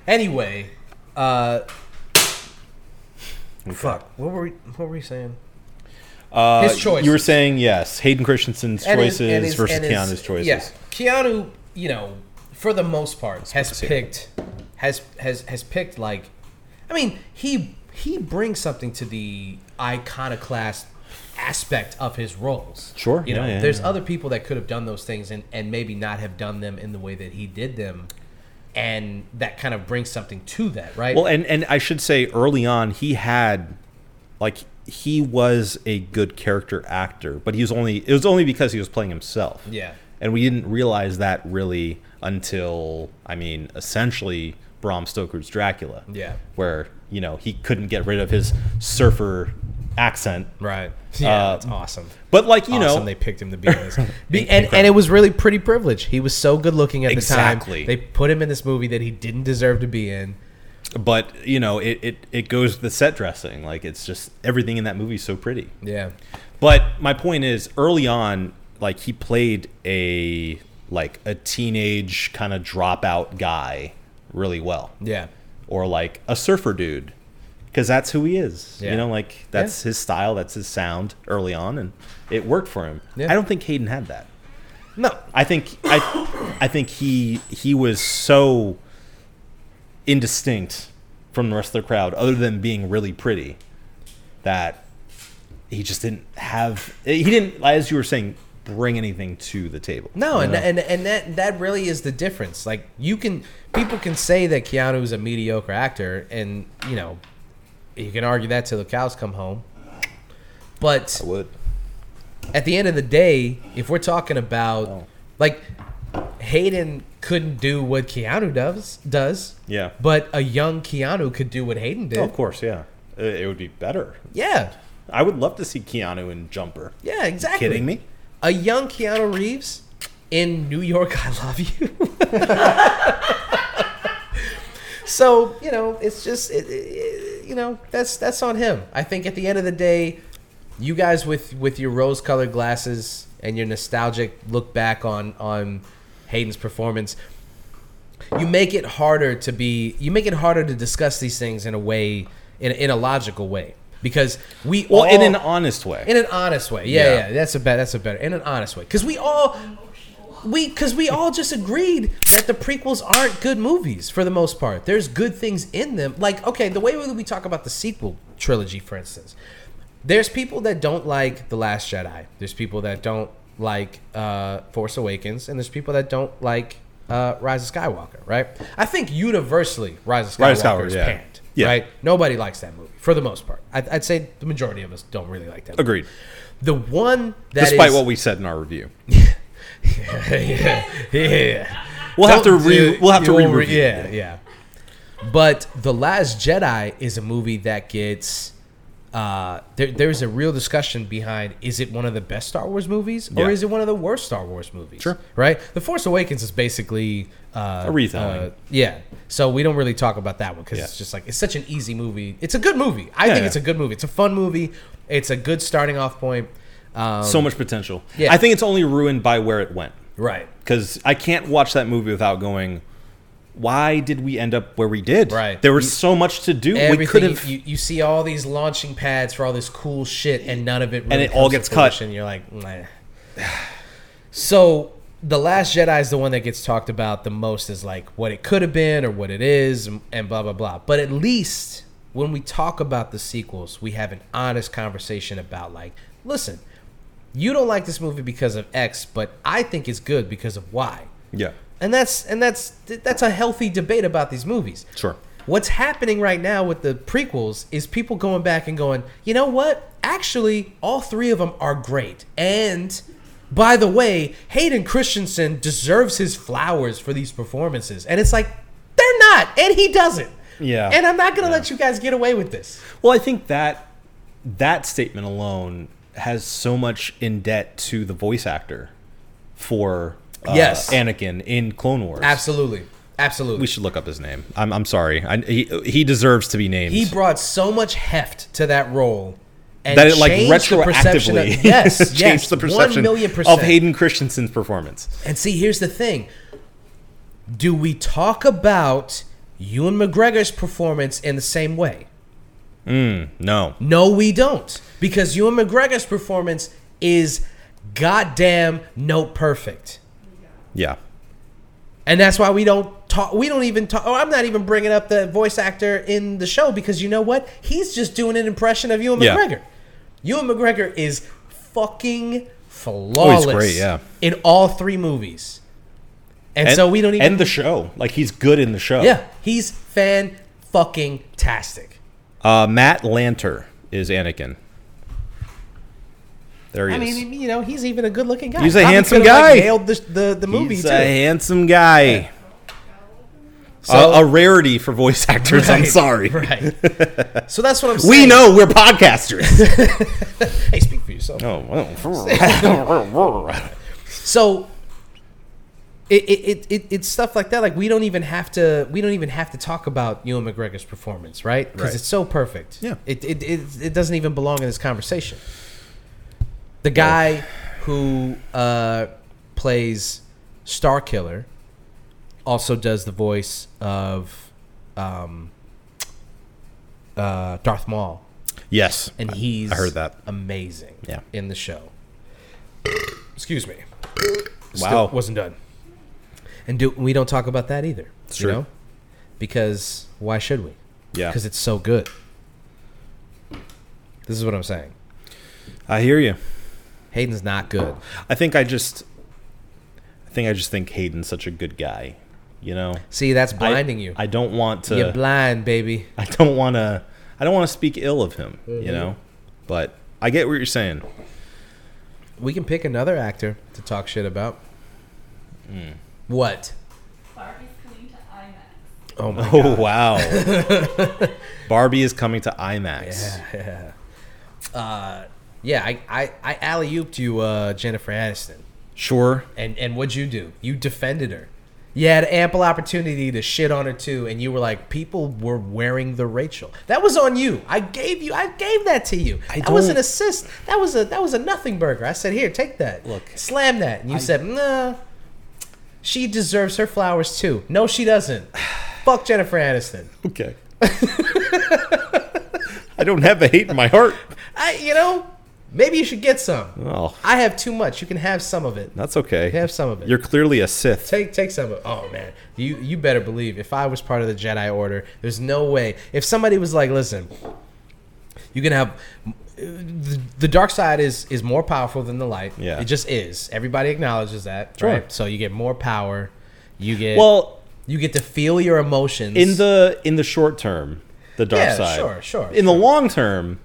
anyway, uh, fuck. What were we? What were we saying? Uh, His choices. You were saying yes. Hayden Christensen's And his- choices and his- versus and his- Keanu's choices. Yeah, Keanu, you know, for the most part, has see. picked, has has has picked like, I mean, he he brings something to the iconoclast aspect of his roles. Sure, you know, yeah, yeah, there's yeah. other people that could have done those things and and maybe not have done them in the way that he did them, and that kind of brings something to that, right? Well, and and I should say early on he had, like, he was a good character actor, but he was only it was only because he was playing himself. yeah. and we didn't realize that really until I mean, essentially Bram Stoker's Dracula. Yeah. where you know he couldn't get rid of his surfer accent. Right. Yeah, Uh, that's awesome. But like you awesome know, they picked him to be in <laughs> this. Be- and, and it was really pretty privileged. He was so good looking at the Exactly. time. They put him in this movie that he didn't deserve to be in. but you know it, it it goes with the set dressing. Like it's just everything in that movie is so pretty. Yeah. But my point is, early on, like he played a like a teenage kind of dropout guy really well, Yeah. or like a surfer dude, because that's who he is. Yeah. You know, like that's his style, that's his sound early on, and it worked for him. Yeah. I don't think Hayden had that. No. I think I, I think he he was so indistinct from the rest of the crowd, other than being really pretty, that he just didn't have. He didn't, as you were saying, bring anything to the table. No, and, You know? and and that that really is the difference. Like you can people can say that Keanu is a mediocre actor and, you know, you can argue that till the cows come home. But I would. at the end of the day, if we're talking about Oh. like Hayden couldn't do what Keanu does does. Yeah. But a young Keanu could do what Hayden did. Oh, of course, yeah. It, it would be better. Yeah. I would love to see Keanu in Jumper. Yeah, exactly. Kidding me? A young Keanu Reeves in New York <laughs> I Love You. so, you know, it's just it, it, you know, that's that's on him. I think at the end of the day, you guys with with your rose-colored glasses and your nostalgic look back on on Hayden's performance, you make it harder to be you make it harder to discuss these things in a way in, in a logical way because we Well, all, in an honest way. in an honest way. Yeah, yeah, Yeah. that's a better. That's a better. In an honest way, because we all, we because we all just agreed that the prequels aren't good movies for the most part. There's good things in them. Like okay, the way we talk about the sequel trilogy, for instance, there's people that don't like the Last Jedi. There's people that don't like uh, Force Awakens, and there's people that don't like uh, Rise of Skywalker. Right? I think universally, Rise of Skywalker, Rise of Skywalker, is yeah. panned. Yeah. Right? Nobody likes that movie for the most part. I'd, I'd say the majority of us don't really like that. movie. Agreed. The one that Despite is- what we said in our review, <laughs> yeah, yeah. we'll have to Don't re. do- We'll have to you re. won't yeah, yeah. But the Last Jedi is a movie that gets. Uh, there, there's a real discussion behind is it one of the best Star Wars movies or Yeah. is it one of the worst Star Wars movies? Sure. Right? The Force Awakens is basically uh, A retelling. uh, yeah. So we don't really talk about that one because Yeah. it's just like, it's such an easy movie. It's a good movie. I Yeah, think yeah. it's a good movie. It's a fun movie. It's a good starting off point. Um, So much potential. Yeah. I think it's only ruined by where it went. right. because I can't watch that movie without going, why did we end up where we did? Right. There was so much to do. we could everything have. you, you see all these launching pads for all this cool shit and none of it really it comes all to gets cut. fruition. you're like "Meh." so the last jedi is the one that gets talked about the most is like what it could have been or what it is and- and blah blah blah but at least when we talk about the sequels we have an honest conversation about like listen you don't like this movie because of x but i think it's good because of y yeah. and that's and that's that's a healthy debate about these movies Sure. What's happening right now with the prequels is people going back and going, you know what? Actually, all three of them are great. And by the way, Hayden Christensen deserves his flowers for these performances. And it's like, they're not. And he doesn't. Yeah. And I'm not going to let you guys get away with this. Well, I think that that statement alone has so much in debt to the voice actor for uh, Yes. Anakin in Clone Wars. Absolutely. Absolutely. We should look up his name. I'm, I'm sorry. I, he, he deserves to be named. he brought so much heft to that role. And that it like changed the perception retroactively of- yes, <laughs> changed yes, the perception 1 million of percent. Hayden Christensen's performance. And see, here's the thing. Do we talk about Ewan McGregor's performance in the same way? No, No, we don't. Because Ewan McGregor's performance is goddamn note perfect. yeah, And that's why we don't talk. We don't even talk. Oh, I'm not even bringing up the voice actor in the show because you know what? He's just doing an impression of Ewan Yeah. McGregor. Ewan McGregor is fucking flawless. Oh, great, yeah. In all three movies. And, so we don't even. end the show. Like he's good in the show. Yeah, he's fan fucking tastic. Uh, Matt Lanter is Anakin. There he I is. mean, you know, he's even a good-looking guy. He's a Probably handsome could've, guy. Like, nailed the, the, the movie He's too. a handsome guy. So- a, a rarity for voice actors. <laughs> I'm Right, sorry. <laughs> Right. So that's what I'm saying. We know we're <laughs> podcasters. Hey, speak for yourself. oh, <laughs> well. So it, it, it, it it's stuff like that. Like we don't even have to we don't even have to talk about Ewan McGregor's performance, right? Because Right. it's so perfect. Yeah. It it, it it doesn't even belong in this conversation. The guy who uh, plays Star Killer also does the voice of um, uh, Darth Maul yes. and he's I heard that. amazing Yeah. in the show. Excuse me. Wow. wasn't done. And do we don't talk about that either, It's you true. know? Because why should we? Yeah. Because it's so good. This is what I'm saying. I hear you. Hayden's not good. I think I just I think I just think Hayden's such a good guy. You know? See, that's I- blinding you. I uh, don't want to You're blind, baby. I don't want to. I don't want to speak ill of him, Mm-hmm. you know. But I get what you're saying. We can pick another actor to talk shit about. Hmm. What? Barb is coming to IMAX. Oh my Oh <laughs> wow, Barbie is coming to IMAX. Yeah. Uh, yeah, I, I, I alley ooped you, uh, Jennifer Aniston. Sure, And, and what'd you do? You defended her. You had ample opportunity to shit on her too, and you were like, people were wearing the Rachel. That was on you. I gave you. I gave that to you. I that was an don't- assist. That was a that was a nothing burger. I said, here, take that. Look, slam that. And you said, nah. She deserves her flowers too. No, she doesn't. <sighs> Fuck Jennifer Aniston. okay. <laughs> I don't have a hate in my heart. I, you know, maybe you should get some. Oh, I have too much. You can have some of it. that's okay. Have some of it. You're clearly a Sith. Take take some of. Oh man, you you better believe if I was part of the Jedi Order, there's no way. If somebody was like, listen, you can have the, the dark side is is more powerful than the light. Yeah. it just is. Everybody acknowledges that. Sure. Right. So you get more power. You get Well, You get to feel your emotions in the in the short term, the dark Yeah, side. sure, sure, In the long term,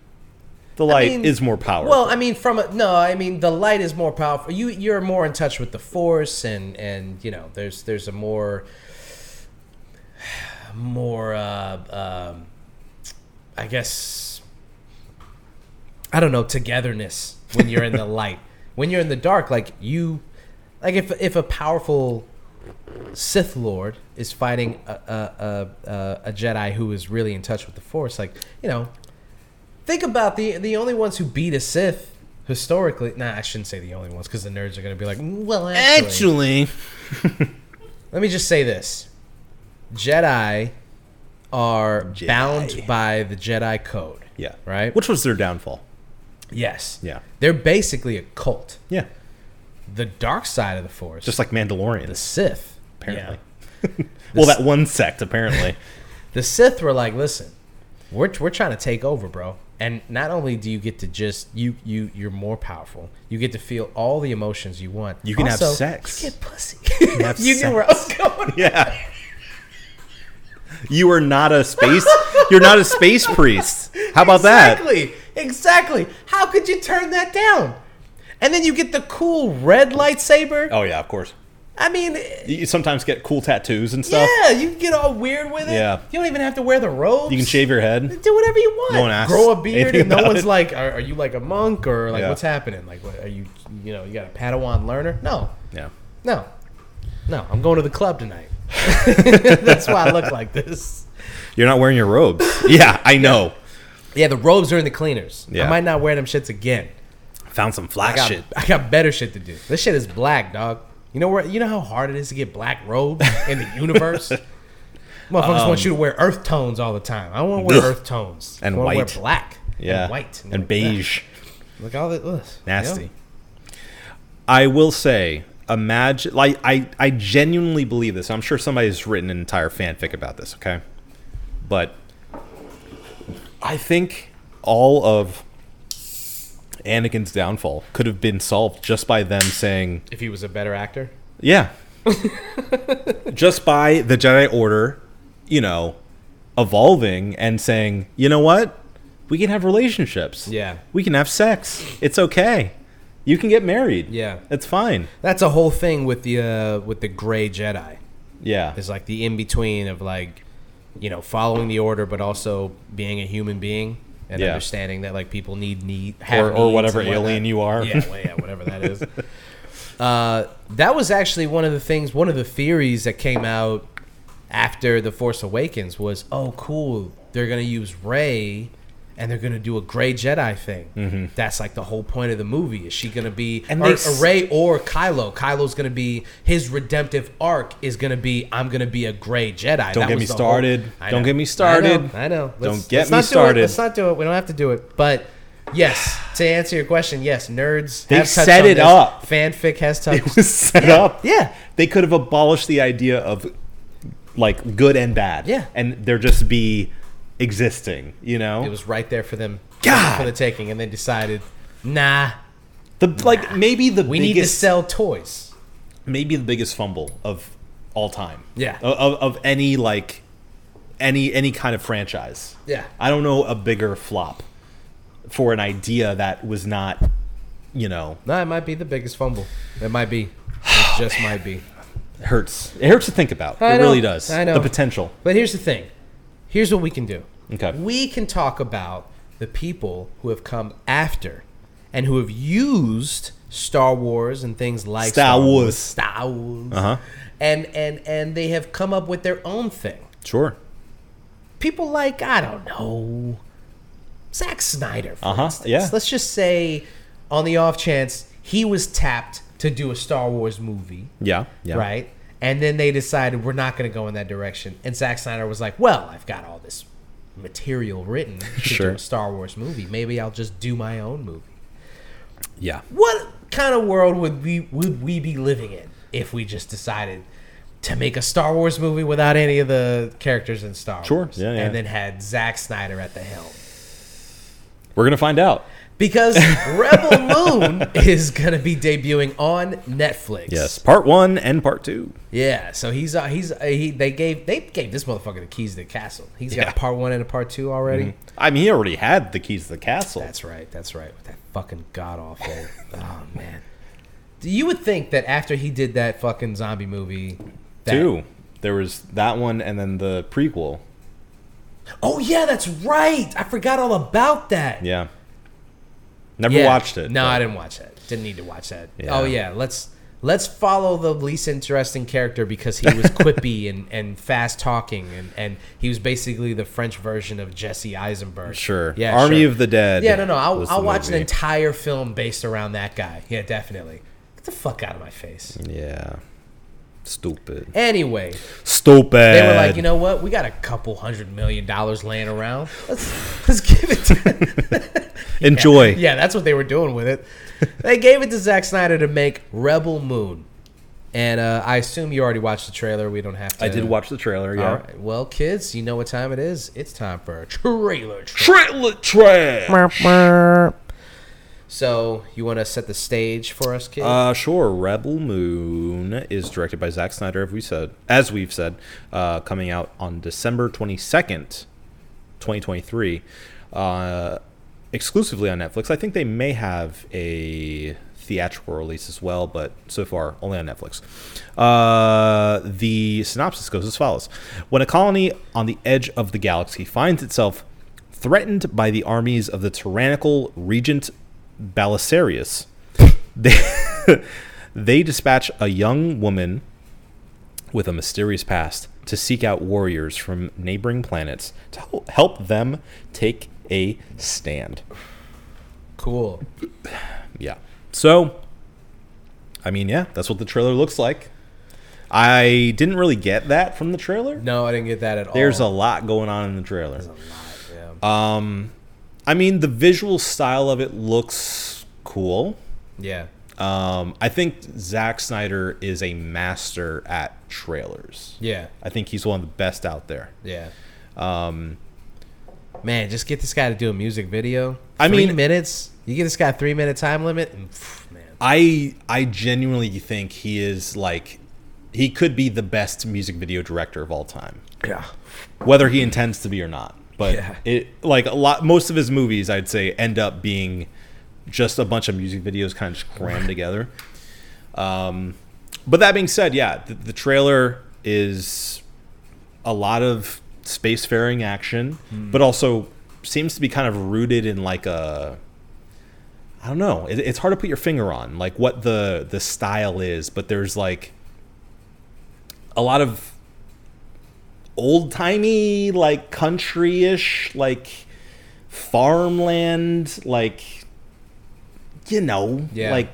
the I light mean, is more powerful. Well, I mean, from a no, I mean the light is more powerful. You you're more in touch with the force, and and you know there's there's a more <sighs> more uh, um, I guess I don't know togetherness when you're in <laughs> the light. When you're in the dark, like you, like if if a powerful Sith Lord is fighting a a, a, a a Jedi who is really in touch with the Force, like you know, think about the the only ones who beat a Sith historically. Nah, I shouldn't say the only ones because the nerds are gonna be like, "Mm, well, actually, let me just say this: Jedi are Jedi. bound by the Jedi Code. yeah, Right. Which was their downfall. Yes. Yeah, They're basically a cult. yeah. The dark side of the Force, Just like Mandalorians. the Sith, apparently. <laughs> Yeah. well, that one sect, <laughs> apparently. The Sith were like, "Listen, we're we're trying to take over, bro." And not only do you get to just you you you're more powerful, you get to feel all the emotions you want. You can have Also, sex. You get pussy. can <laughs> have you knew where I was <laughs> going. yeah. You are not a space. You're not a space priest. How about that? exactly, exactly. How could you turn that down? And then you get the cool red lightsaber. Oh yeah, of course. I mean, You sometimes get cool tattoos and stuff. yeah, you can get all weird with it. Yeah. You don't even have to wear the robes. You can shave your head. do whatever you want. No one asks Grow a beard, anything and no about one's it. like, are, "Are you like a monk or like Yeah. what's happening? Like, what, are you you know you got a Padawan learner? No, Yeah. no, no. I'm going to the club tonight. <laughs> That's why I look like this. You're not wearing your <laughs> robes. yeah, I know. Yeah, the robes are in the cleaners. I Yeah. might not wear them shits again. Found some I flash got shit. I got better shit to do. This shit is black, dog. You know where? You know how hard it is to get black robes in <laughs> the universe. Motherfuckers want you to wear earth tones all the time. I don't want to wear Um, Ugh. earth tones. And I wanna white. wear black, Yeah. and white, and, like that. beige. Look all that ugh. Nasty. Yeah. I will say, imagine like I I genuinely believe this. I'm sure somebody's written an entire fanfic about this, okay? But I think all of Anakin's downfall could have been solved just by them saying, If he was a better actor, <laughs> yeah. just by the Jedi Order, you know, evolving and saying, you know what? We can have relationships. Yeah. We can have sex. It's okay. You can get married. Yeah. It's fine. That's a whole thing with the uh, with the gray Jedi. Yeah. It's like the in between of like, you know, following the order but also being a human being and Yeah. understanding that like people need need have Or, or needs whatever and whatnot. alien you are. Yeah, well, yeah, whatever that <laughs> is. Uh, that was actually one of the things, one of the theories that came out after The Force Awakens was, oh, cool, they're gonna use Rey, and they're gonna do a Gray Jedi thing. Mm-hmm. That's like the whole point of the movie. Is she gonna be And or, they s- a Rey or Kylo? Kylo's gonna be his redemptive arc is gonna be I'm gonna be a Gray Jedi. Don't That get was me the started. I Don't know. get me started. I know. I know. Don't Let's- let's get me not do it. started. Let's not do it. We don't have to do it. But yes, to answer your question, yes, nerds. They have touched set on it this. up. Fanfic has It touched. was <laughs> set up. yeah. They could have abolished the idea of like good and bad. Yeah. And there just be existing, you know? It was right there for them God. for the taking, and they decided, nah, the like maybe the we biggest need to sell toys. maybe the biggest fumble of all time. Yeah. Of, of, of any like any any kind of franchise. Yeah. I don't know a bigger flop for an idea that was not, you know, Nah, it might be the biggest fumble. It might <sighs> be. Oh, It just might be. it hurts. It hurts to think about. I it know. really does. I know. The potential. But here's the thing. Here's what we can do. Okay. We can talk about the people who have come after and who have used Star Wars and things like Star Wars. Star Wars. Uh-huh. And and and they have come up with their own thing. Sure. People like, I don't know, Zack Snyder, for Uh-huh, instance. yeah. Let's just say on the off chance he was tapped to do a Star Wars movie Yeah. Yeah. right? And then they decided we're not going to go in that direction. And Zack Snyder was like, "Well, I've got all this material written to Sure. do a Star Wars movie. Maybe I'll just do my own movie." Yeah. What kind of world would we would we be living in if we just decided to make a Star Wars movie without any of the characters in Star Sure. Wars? Yeah, yeah. And then had Zack Snyder at the helm. We're gonna find out. Because <laughs> Rebel Moon <laughs> is going to be debuting on Netflix. Yes. Part one and part two. Yeah, so he's uh, he's uh, he they gave they gave this motherfucker the keys to the castle. He's Yeah. Mm-hmm. got a part one and a part two already. I mean, he already had the keys to the castle. That's right, that's right. With that fucking god <laughs> awful. oh man, you would think that after he did that fucking zombie movie, that, two. There was that one, and then the prequel. Oh yeah, that's right. I forgot all about that. Yeah. Never Yeah. watched it. No, but- I didn't watch that. Didn't need to watch that. Yeah. Oh yeah, let's let's follow the least interesting character because he was <laughs> quippy and, and fast talking and, and he was basically the French version of Jesse Eisenberg. Sure. Yeah. Army sure. of the Dead. Yeah, no, no. was I'll, I'll the watch an movie. entire film based around that guy. Yeah, definitely. Get the fuck out of my face. Yeah. Stupid. Anyway, Stupid. they were like, you know what? We got a couple hundred million dollars laying around. Let's, let's give it to enjoy. Yeah, that's what they were doing with it. They gave it to Zack Snyder to make Rebel Moon. And uh, I assume you already watched the trailer. We don't have to. I did watch the trailer. All Yeah. right. Well, kids, you know what time it is. It's time for trailer. Tra- Trailer trash. so you want to set the stage for us, kids? Uh, sure. Rebel Moon is directed by Zack Snyder, as we said, as we've said, uh, coming out on December twenty second, twenty twenty three, uh, exclusively on Netflix. I think they may have a theatrical release as well, but so far only on Netflix. Uh, the synopsis goes as follows: When a colony on the edge of the galaxy finds itself threatened by the armies of the tyrannical Regent Belisarius they <laughs> they dispatch a young woman with a mysterious past to seek out warriors from neighboring planets to hel- help them take a stand. cool. Yeah. So, I mean, yeah, that's what the trailer looks like. I didn't really get that from the trailer. No, I didn't get that at all. There's uh, a lot going on in the trailer. There's a lot, yeah. I mean, the visual style of it looks cool. yeah. Um, I think Zack Snyder is a master at trailers. Yeah. I think he's one of the best out there. Yeah. Um, man, just get this guy to do a music video. I Three mean- minutes. You get this guy a three minute time limit, and pff, man, I I genuinely think he is like he could be the best music video director of all time, yeah, whether he intends to be or not. But Yeah. it like a lot most of his movies I'd say end up being just a bunch of music videos kind of just crammed together. Um, but that being said, yeah, the, the trailer is a lot of spacefaring action, but also seems to be kind of rooted in like a I don't know. It, it's hard to put your finger on like what the the style is, but there's like a lot of old timey, like country ish, like farmland, like you know, Yeah. like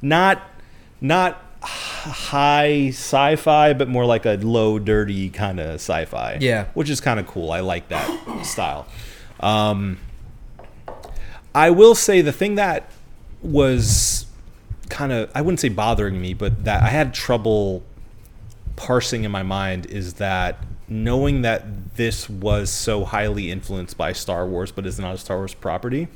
not not h- high sci-fi, but more like a low, dirty kind of sci-fi. Yeah. which is kind of cool. I like that <coughs> style. Um, I will say the thing that was kind of I wouldn't say bothering me, but that I had trouble parsing in my mind is that knowing that this was so highly influenced by Star Wars, but is not a Star Wars property,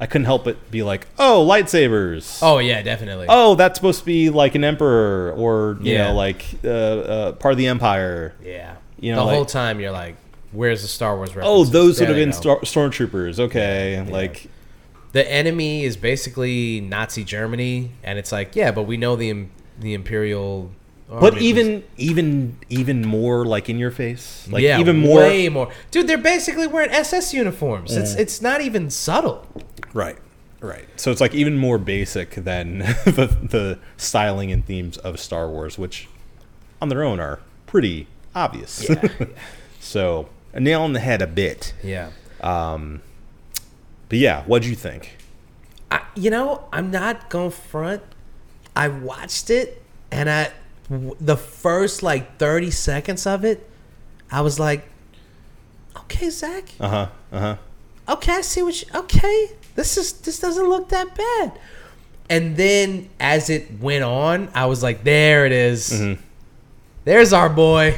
I couldn't help but be like, "Oh, lightsabers! Hmm. Oh yeah, definitely. Oh, that's supposed to be like an emperor, or you Yeah. know, like uh, uh, part of the empire." yeah. You the know, whole like- time you're like, where's the Star Wars Oh, references? those There would have they been go. star- stormtroopers. Okay, like the enemy is basically Nazi Germany, and it's like, yeah, but we know the im- the imperial. But army was- even even even more like in your face, like yeah, even more Mm. way more, dude. They're basically wearing SS uniforms. It's it's not even <laughs> subtle. right, right. So it's like even more basic than <laughs> the, the styling and themes of Star Wars, which on their own are pretty obvious. <laughs> so a nail on the head a bit, Yeah, but yeah. What'd you think? I, you know, I'm not going to front. I watched it, and I w- the first like 30 seconds of it, I was like, okay, Zach, Uh huh. Uh huh. okay, I see what you. Okay, this is this doesn't look that bad. And then as it went on, I was like, there it is. There's our boy.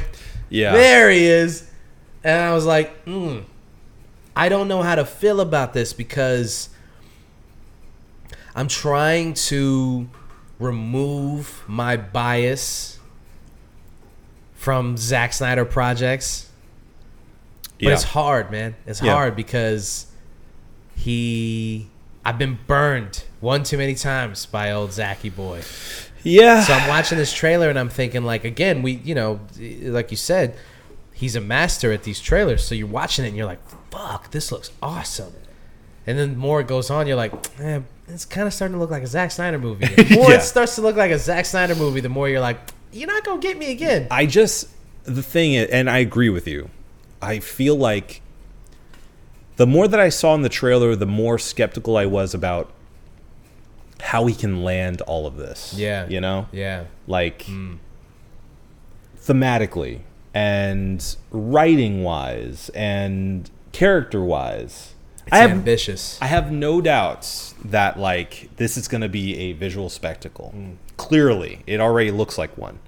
Yeah. There he is. And I was like, mm, I don't know how to feel about this because I'm trying to remove my bias from Zack Snyder projects. But Yeah. it's hard, man. It's Yeah. hard because he. I've been burned one too many times by old Zacky boy. yeah. So I'm watching this trailer and I'm thinking, like, again, we, you know, like you said, he's a master at these trailers. So you're watching it and you're like, fuck, this looks awesome. And then more it goes on, you're like, eh, it's kind of starting to look like a Zack Snyder movie. <laughs> The more Yeah. it starts to look like a Zack Snyder movie, the more you're like, you're not going to get me again. I just the thing, i- and I agree with you. I feel like the more that I saw in the trailer, the more skeptical I was about how he can land all of this. Yeah. you know, Yeah. Hmm. like thematically and writing wise and character wise. It's I have ambitious. I have no doubts that like this is going to be a visual spectacle. Mm. Clearly, it already looks like one.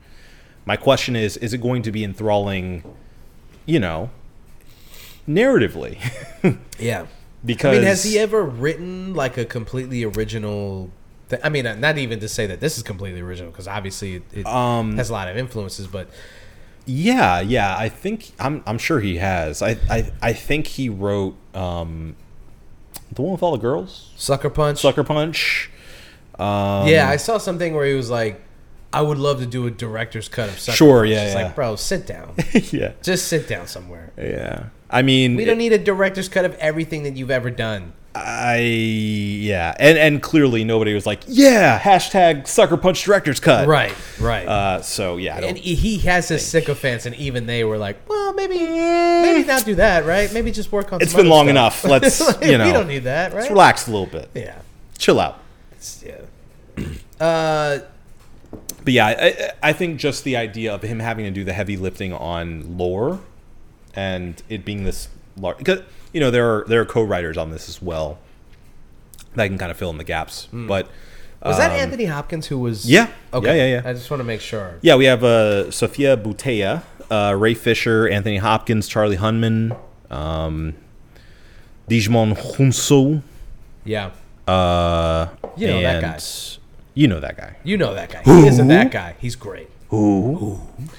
My question is is it going to be enthralling, you know, narratively? <laughs> yeah. I because mean, has he ever written like a completely original? Th- I mean, uh, not even to say that this is completely original because obviously it, it Um, has a lot of influences, but Yeah, yeah, I think I'm I'm sure he has. I I I think he wrote um the one with all the girls, Sucker Punch. Sucker Punch. um, yeah, I saw something where he was like, "I would love to do a director's cut of Sucker Sure, Punch." yeah, It's yeah. like, bro, sit <laughs> down. <laughs> yeah. Just sit down somewhere. Yeah. I mean, We it- don't need a director's cut of everything that you've ever done. I yeah, and and clearly nobody was like yeah hashtag sucker punch director's cut Right, right. Uh, so yeah, I and don't, he- he has his sycophants, and even they were like, "Well, maybe, maybe not do that, right? Maybe just work on." It's some been other long stuff." <laughs> enough. Let's, Like, you know, we don't need that, right? let's relax a little bit, Yeah. chill out. It's- yeah. <clears throat> Uh, But yeah, I- I, I think just the idea of him having to do the heavy lifting on lore, and it being this large, because you know there are there are co-writers on this as well that can kind of fill in the gaps. But Hmm. was that um, Anthony Hopkins who was? Yeah. Okay. Yeah, yeah, yeah. I just want to make sure. Yeah, we have uh, Sophia Butea, uh, Ray Fisher, Anthony Hopkins, Charlie Hunman, um, Digimon Hunsu. Yeah. Uh, You know that and- guy. You know that guy. You know that guy. He isn't that guy. He's great. Um,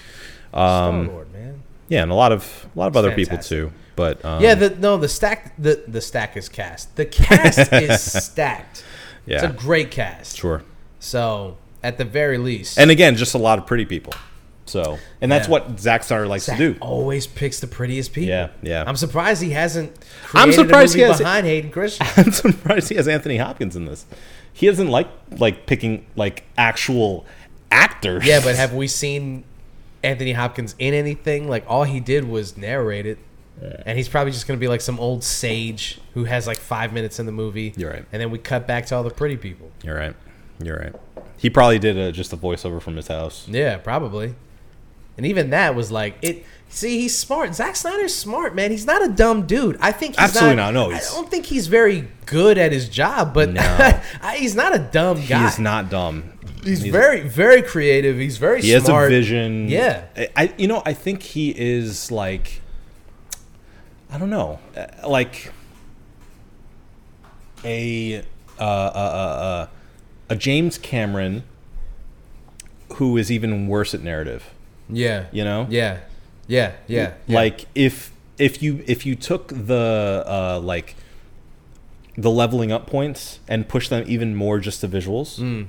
Star Lord, man. Yeah, and a lot of a lot of other Fantastic. people too. But um, <laughs> Yeah. The no. The stack. The the stack is cast. The cast is stacked. It's Yeah. a great cast. Sure. So at the very least, And again, just a lot of pretty people. So, and that's Yeah. oh. what Zack Snyder likes Zach to do. always picks the prettiest people. Yeah, yeah. I'm surprised he hasn't. I'm Created surprised a he movie hasn't- behind Hayden Christian. <laughs> I'm surprised he has Anthony Hopkins in this. He doesn't like like picking like actual actors. yeah, but have we seen Anthony Hopkins in anything? Like all he did was narrate it. And he's probably just going to be like some old sage who has like five minutes in the movie. You're right. And then we cut back to all the pretty people. <laughs> you're right. You're right. He probably did a, just a voiceover from his house. Yeah, probably. And even that was like it. See, he's smart. Zack Snyder's smart, man. He's not a dumb dude. I think he's Absolutely not. No, I he's- don't think he's very good at his job, but No. <laughs> I- he's not a dumb guy. He is not dumb. He's, very, very creative. He's very He has a smart. vision. Yeah. I- I you know I think he is like I don't know uh, like a uh, uh, uh, uh, a James Cameron who is even worse at narrative. Yeah. You know? Yeah. Yeah. Yeah. yeah. Like if if you if you took the uh, like the leveling up points and pushed them even more just to visuals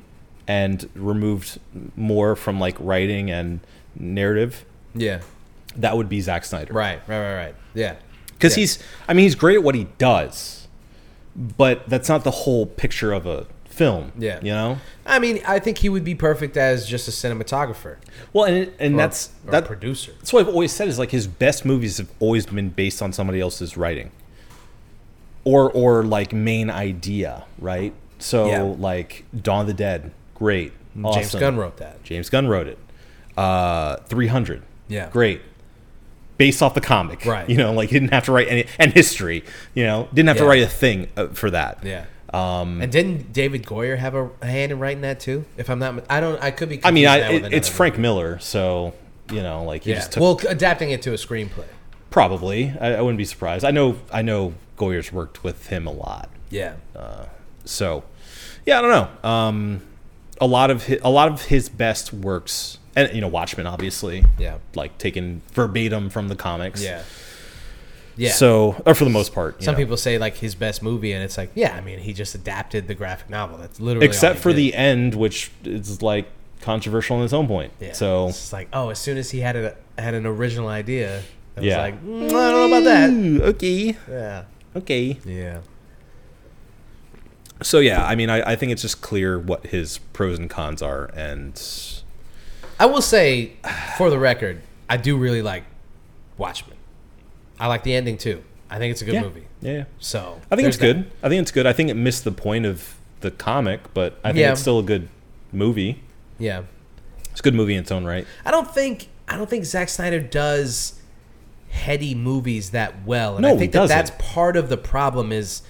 and removed more from like writing and narrative, Yeah. that would be Zack Snyder. Right. Right. Right. Right. Yeah. Because Yeah. he's I mean he's great at what he does, but that's not the whole picture of a film. Yeah. You know? I mean, I think he would be perfect as just a cinematographer. Well and it- and or- that's or that a producer. that's what I've always said is like his best movies have always been based on somebody else's writing, or or like main idea, right? So Yeah. like Dawn of the Dead, great, James awesome. Gunn wrote that. James Gunn wrote it. Uh, Three hundred, Yeah. great, based off the comic, Right. You know, like he didn't have to write any and history. You know, didn't have to Yeah. write a thing uh, for that. Yeah. Um, And didn't David Goyer have a hand in writing that too? If I'm not, I don't. I could be. I mean, confusing I, that with it- it's another Frank movie. Miller, so you know, like he Yeah. just took well, adapting it to a screenplay. Probably. I, I wouldn't be surprised. I know I know Goyer's worked with him a lot. Yeah. Uh, So yeah, I don't know. Um a lot of his, a lot of his best works and you know, Watchmen obviously. Yeah. Like taken verbatim from the comics. Yeah. Yeah. So or for the most part. you some know. people say like his best movie, and it's like, yeah, I mean, he just adapted the graphic novel. That's literally all except he for did. the end, which is like controversial in its own point. Yeah. So it's just like, oh, as soon as he had a, had an original idea, I Yeah. was like, mm, I don't know about that. Ooh, okay. Yeah. Okay. Yeah. So yeah, I mean I, I think it's just clear what his pros and cons are and I will say, for the record, I do really like Watchmen. I like the ending too. I think it's a good yeah. movie. Yeah. So I think it's there's that. good. I think it's good. I think it missed the point of the comic, but I think Yeah. it's still a good movie. Yeah. It's a good movie in its own right. I don't think I don't think Zack Snyder does heady movies that well. And No, I think he that that's doesn't. part of the problem is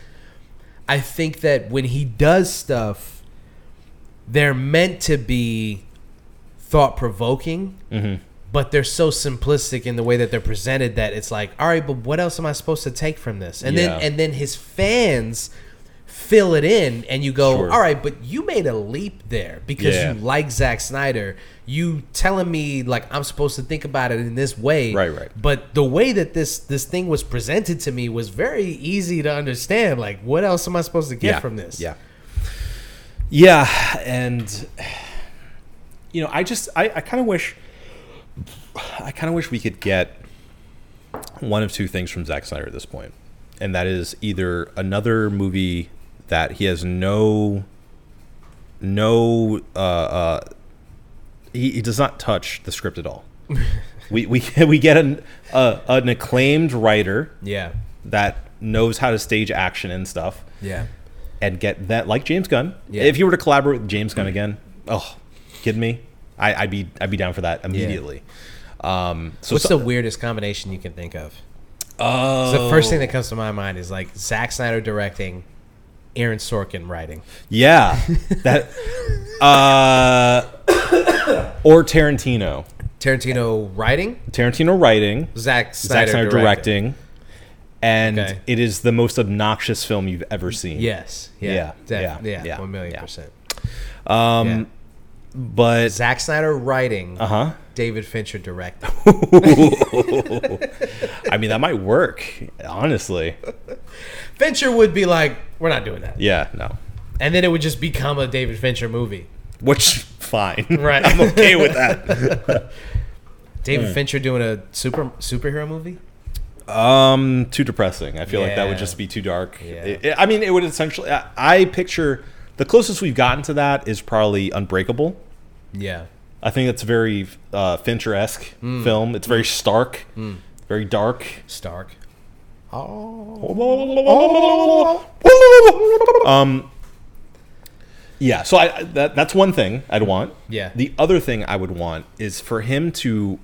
I think that when he does stuff they're meant to be thought provoking. Mm-hmm. But they're so simplistic in the way that they're presented that it's like, all right, but what else am I supposed to take from this? And then Yeah. and then his fans fill it in, and you go, Sure. all right, but you made a leap there because Yeah. you like Zack Snyder. You telling me like I'm supposed to think about it in this way. Right, right. But the way that this this thing was presented to me was very easy to understand. Like, what else am I supposed to get yeah. from this? Yeah. Yeah, and you know, I just I, I kinda wish I kinda wish we could get one of two things from Zack Snyder at this point. And that is either another movie that he has no no uh, uh he, he does not touch the script <laughs> at all. we we <laughs> we get an uh, an acclaimed writer Yeah. that knows how to stage action and stuff Yeah. and get that like James Gunn. Yeah. If you were to collaborate with James Gunn again, oh, kidding me? I, I'd be I'd be down for that immediately. Um, so What's so- the weirdest combination you can think of? oh, The first thing that comes to my mind is like Zack Snyder directing, Aaron Sorkin writing. yeah <laughs> that uh, or Tarantino, Tarantino writing, Tarantino writing, Zack Snyder, Zack Snyder directing. directing, and Okay. it is the most obnoxious film you've ever seen. Yes. Yeah. Yeah, def- yeah, yeah. yeah, One million yeah. percent. Um, Yeah. but Zack Snyder writing. uh huh. David Fincher directing. I mean, that might work, honestly. Fincher would be like, "We're not doing that." Yeah, no. and then it would just become a David Fincher movie. Which fine, <laughs> Right. I'm okay with <laughs> that. David Fincher doing a super superhero movie? Um, too depressing. I feel like that would Yeah. just be too dark. Yeah. It- it- I mean, it would essentially. I, I picture the closest we've gotten to that is probably Unbreakable. Yeah. I think that's a very uh, Fincher esque Mm. film. It's very stark, very dark. Stark. Oh. Um, yeah, so I I- that, that's one thing I'd want. Yeah. The other thing I would want is for him to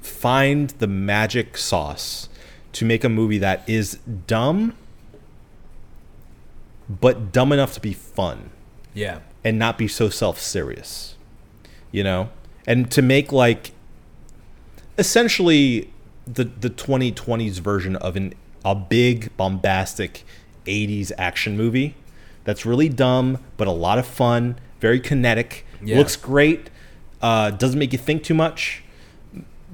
find the magic sauce to make a movie that is dumb, but dumb enough to be fun Yeah. and not be so self serious, you know, and to make like essentially the the 2020s version of an a big bombastic 80s action movie that's really dumb but a lot of fun, very kinetic, Yeah. looks great, uh, doesn't make you think too much,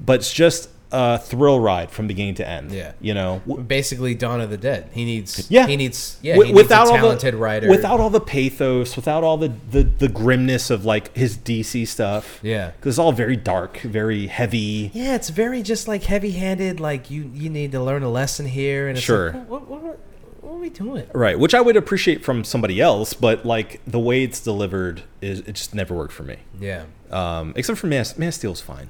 but it's just a thrill ride from beginning to end. Yeah. you know, W- Basically Dawn of the Dead. He needs yeah, he needs yeah, Wi- he needs a talented all the, writer. Without all the pathos, without all the, the the grimness of like his DC stuff. Yeah. because it's all very dark, very heavy. Yeah, it's very just like heavy-handed like you you need to learn a lesson here and it's Sure. like, what, what, what, what are we doing? Right, which I would appreciate from somebody else, but like the way it's delivered is it just never worked for me. Yeah. Um, except for Man, of- Man of Steel's fine,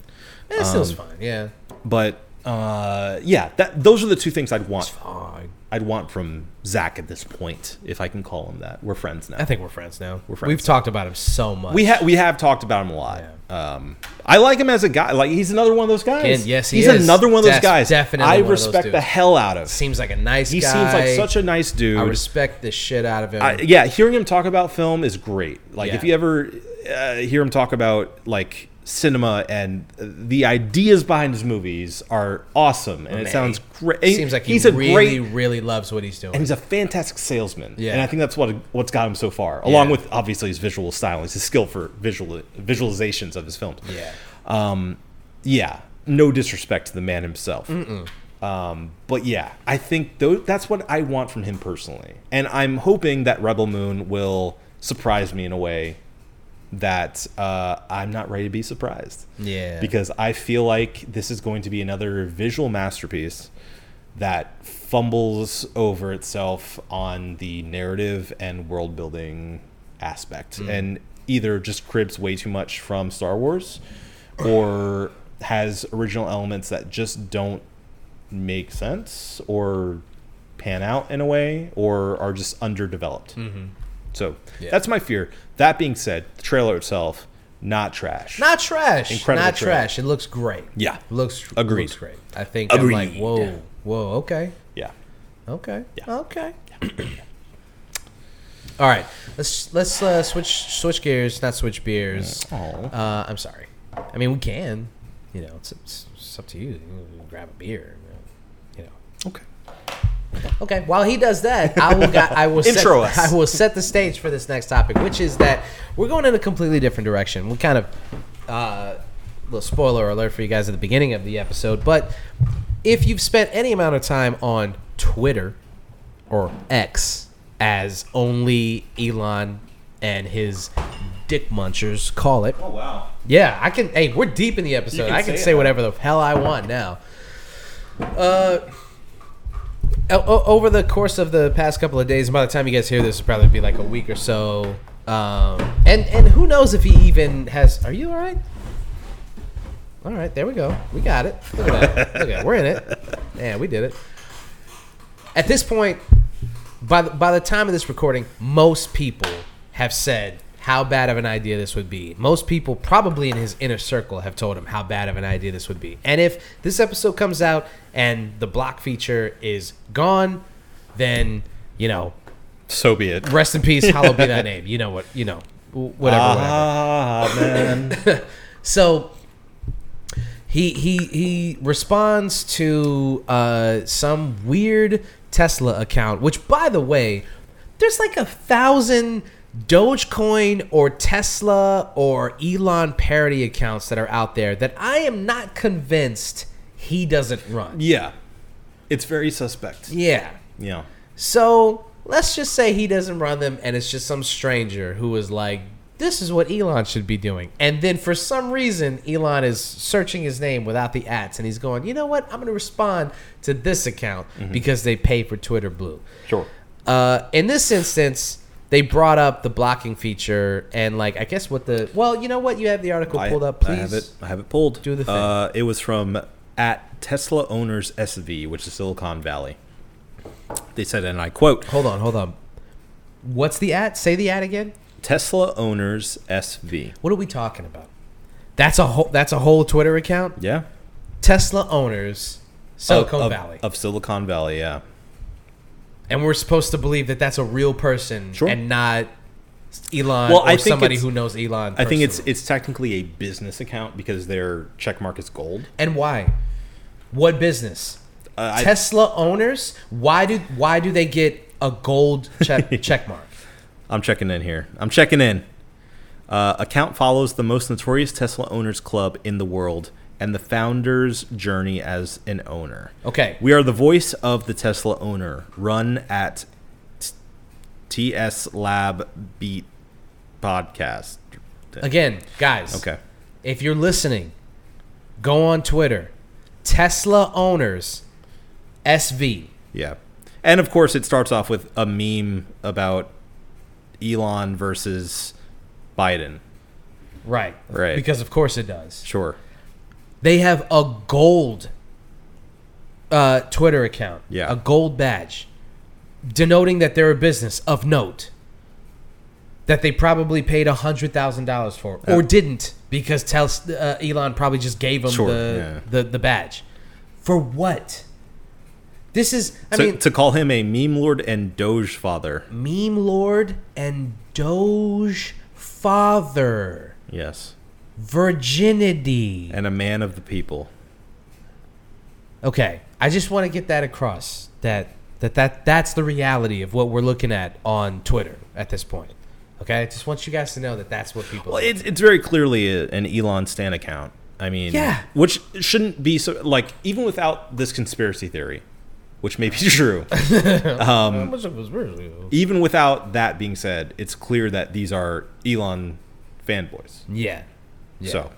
Eh, it still's fine. Yeah. but uh, yeah, that those are the two things I'd want. Fine. I'd want from Zach at this point, if I can call him that. We're friends now. I think we're friends now. We're friends. We've talked about him so much. We have we have talked about him a lot. Um, I like him as a guy. Like he's another one of those guys. Ken- yes, he he's is. another one of those Def- guys. definitely I one of those respect the dudes. hell out of. seems like a nice He guy. seems like such a nice dude. I respect the shit out of him. I- yeah, hearing him talk about film is great. Like if Yeah. you ever uh, hear him talk about like cinema and uh, the ideas behind his movies are awesome, and it Man, sounds great. seems like he he's a really, great really loves what he's doing. and he's a fantastic salesman. Yeah. And I think that's what what's got him so far, along with obviously his visual style, his skill for visual visualizations of his films. Yeah. Um, yeah. No disrespect to the man himself. Um, but yeah, I think tho- that's what I want from him personally, and I'm hoping that Rebel Moon will surprise me in a way that uh, I'm not ready to be surprised. Yeah. Because I feel like this is going to be another visual masterpiece that fumbles over itself on the narrative and world building aspect Hmm. and either just cribs way too much from Star Wars or has original elements that just don't make sense or pan out in a way or are just underdeveloped. So Mm-hmm. Yeah. that's my fear. That being said, the trailer itself, not trash. Not trash. Incredible Not trailer. trash. It looks great. Yeah. Looks Agreed. Looks great. I think I'm like, Agreed. whoa, whoa, okay. yeah. Okay. Yeah. Okay. All right. Let's let's uh, switch switch gears, not switch beers. Aw. Uh, I'm sorry. I mean, we can. You know, it's, it's, it's up to you. You can grab a beer. You know. Okay. Okay. While he does that, I will. Got, I <laughs> will Intro set, us. I will set the stage for this next topic, which is that we're going in a completely different direction. We kind of, uh, little spoiler alert for you guys at the beginning of the episode, but if you've spent any amount of time on Twitter or X, as only Elon and his dick munchers call it. Oh wow. Yeah, I can. Hey, we're deep in the episode. can I can say say, it. whatever the hell I want now. Uh, o- o- over the course of the past couple of days, and by the time you guys hear this, it'll probably be like a week or so. Um, and and who knows if he even has? Are you all right? All right, there we go. We got it. Look at that. Look at that. We're in it. Yeah, we did it. At this point, by the, by the time of this recording, most people have said how bad of an idea this would be. Most people, probably in his inner circle, have told him how bad of an idea this would be. And if this episode comes out and the block feature is gone, then you know, So be it. rest in peace. Hallowed be thy name. You know what? You know, wh- whatever. whatever. Ah man. So he he he responds to uh, some weird Tesla account, which by the way, there's like a thousand Dogecoin or Tesla or Elon parody accounts that are out there that I am not convinced he doesn't run. yeah. It's very suspect. Yeah. Yeah. So let's just say he doesn't run them and it's just some stranger who is like this is what elon should be doing and then for some reason elon is searching his name without the ats and he's going you know what i'm going to respond to this account Mm-hmm. because they pay for twitter blue Sure. uh, in this instance they brought up the blocking feature and like i guess what the well you know what you have the article I- pulled up please I have it. I have it pulled. Do the thing. Uh, it was from at Tesla owners SV, which is Silicon Valley. They said, and I quote: hold on hold on what's the at say the at again Tesla owners SV. what are we talking about that's a whole that's a whole twitter account Yeah. Tesla owners Silicon Of- of- Valley, of Silicon Valley. Yeah. and we're supposed to believe that that's a real person Sure. and not Elon Well, or I think somebody it's- who knows Elon. I think it's personally. it's technically a business account because their check mark is gold. and why? What business? Uh, I- Tesla owners? Why do why do they get a <laughs> gold check check mark? I'm checking in here. I'm checking in. Uh, account follows the most notorious Tesla owners club in the world and the founder's journey as an owner. Okay, We are the voice of the Tesla owner. Run at t- TS Lab Beat Podcast. again, guys. Okay. if you're listening, go on Twitter, Tesla owners, SV. Yeah. And of course, it starts off with a meme about Elon versus Biden. Right. Right. Because of course it does. Sure. They have a gold uh, Twitter account, Yeah. a gold badge, denoting that they're a business of note that they probably paid hundred thousand dollars for, Yeah. or didn't because Tel- uh, Elon probably just gave them Sure, the, yeah. the the badge for what? This is, I to, mean, to call him a meme lord and doge father. meme lord and Doge father Yes. virginity. And a man of the people. okay i just want to get that across that that that that's the reality of what we're looking at on twitter at this point okay i just want you guys to know that that's what people Well, it's, it's very clearly a, an Elon Stan account. I mean, Yeah. which shouldn't be so. Like, even without this conspiracy theory, which may be <laughs> true, even without that being said, it's clear that these are Elon fanboys. yeah yeah So,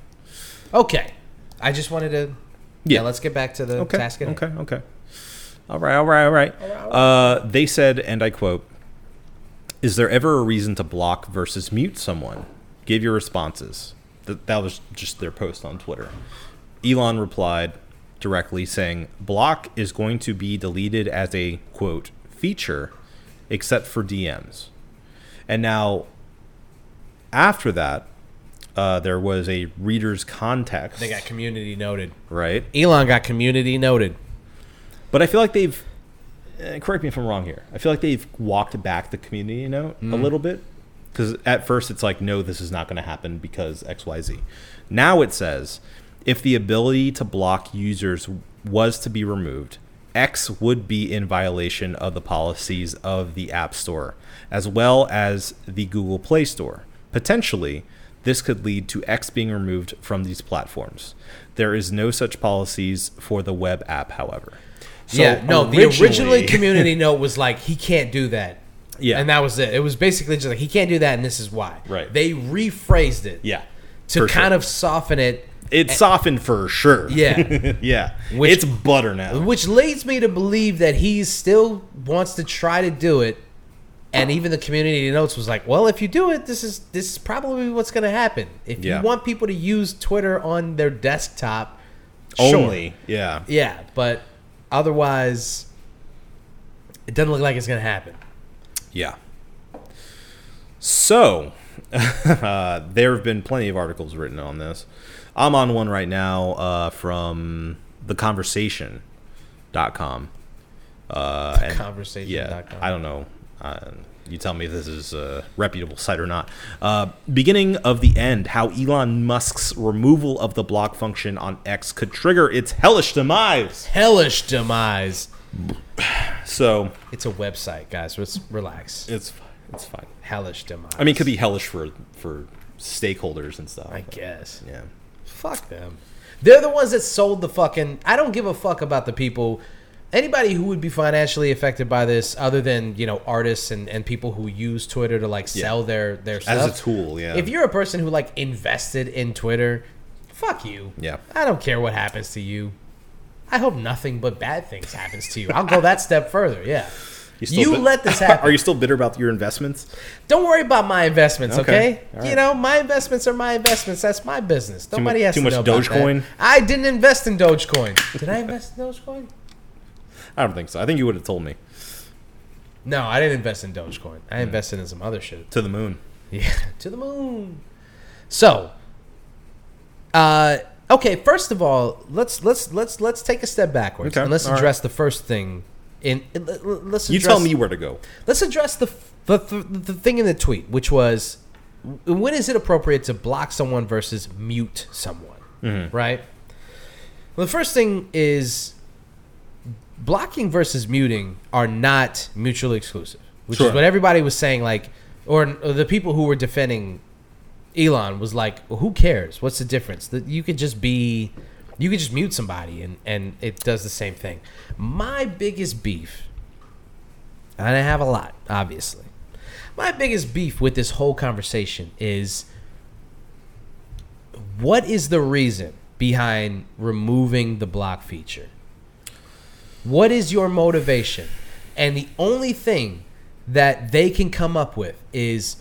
okay i just wanted to yeah, Yeah. let's get back to the okay, task at hand. okay, okay. All right, all right, all right. Uh, they said, and I quote: "Is there ever a reason to block versus mute someone? Give your responses." Th- that was just their post on Twitter. Elon replied directly saying, "Block is going to be deleted as a quote feature, except for DMs." And now, after that, uh, there was a reader's context, they got community noted right? elon got community noted But I feel like they've eh, correct me if I'm wrong here. I feel like they've walked back the community note Mm-hmm. a little bit because at first it's like, no, this is not going to happen because X, Y, Z. Now it says, if the ability to block users was to be removed, X would be in violation of the policies of the App Store as well as the Google Play Store. Potentially, this could lead to X being removed from these platforms. There is no such policies for the web app, however. So yeah, no, the <laughs> originally community note was like he can't do that. Yeah. And that was it. It was basically just like he can't do that and this is why. Right. They rephrased it. yeah, To for kind sure. of soften it. it's softened for sure. Yeah. <laughs> yeah, Which- it's butter now. Which leads me to believe that he still wants to try to do it. And even the community notes was like, well, if you do it, this is this is probably what's gonna happen. If Yeah. you want people to use Twitter on their desktop sure. Only, yeah, Yeah, but otherwise it doesn't look like it's gonna happen. yeah. So <laughs> uh, there have been plenty of articles written on this. I'm on one right now uh, from theconversation.com. Uh, and- Conversation. yeah, I don't know. Uh, you tell me if this is a reputable site or not. Uh, beginning of the end, how Elon Musk's removal of the block function on X could trigger its hellish demise. hellish demise. So It's a website, guys. Let's relax. it's fi- it's fine. Hellish demise. I mean, it could be hellish for for stakeholders and stuff. I guess. Yeah. Fuck them. They're the ones that sold the fucking. I don't give a fuck about the people. anybody who would be financially affected by this, other than you know artists and, and people who use Twitter to like sell their their As stuff a tool, yeah. If you're a person who like invested in Twitter, fuck you. Yeah. I don't care what happens to you. I hope nothing but bad things happens to you. I'll go that <laughs> step further. Yeah. You, still bit- let this happen. <laughs> Are you still bitter about your investments? Don't worry about my investments, Okay. okay? All right. You know, my investments are my investments. That's my business. mu- Nobody has too to much know about that. Dogecoin? I didn't invest in Dogecoin. Did I invest in Dogecoin? I don't think so. I think you would have told me No, I didn't invest in Dogecoin. Hmm. I invested in some other shit. <laughs> to the moon. Yeah, to the moon. So, uh, okay. First of all, let's let's let's let's take a step backwards Okay, and let's all right. address the first thing. In in- let- let's address, You tell me where to go. Let's address the, the the the thing in the tweet, which was when is it appropriate to block someone versus mute someone, right? Well, the first thing is blocking versus muting are not mutually exclusive, which Sure. is what everybody was saying. Like, or, or the people who were defending Elon was like, well, "Who cares? What's the difference? That you could just be, you could just mute somebody, and and it does the same thing." My biggest beef, and I have a lot, obviously. My biggest beef with this whole conversation is what is the reason behind removing the block feature? What is your motivation? And the only thing that they can come up with is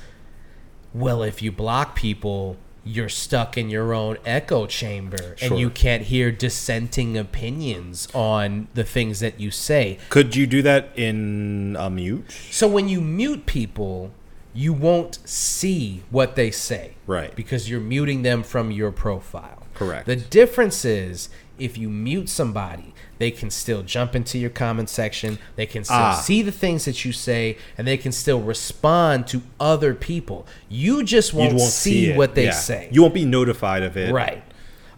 well, if you block people, you're stuck in your own echo chamber Sure. and you can't hear dissenting opinions on the things that you say. Could you do that in a mute? So when you mute people, you won't see what they say. Right. Because you're muting them from your profile. Correct. The difference is if you mute somebody, they can still jump into your comment section, they can still Ah. see the things that you say, and they can still respond to other people. You just won't, see, it. what they Yeah. say. You won't be notified of it. Right.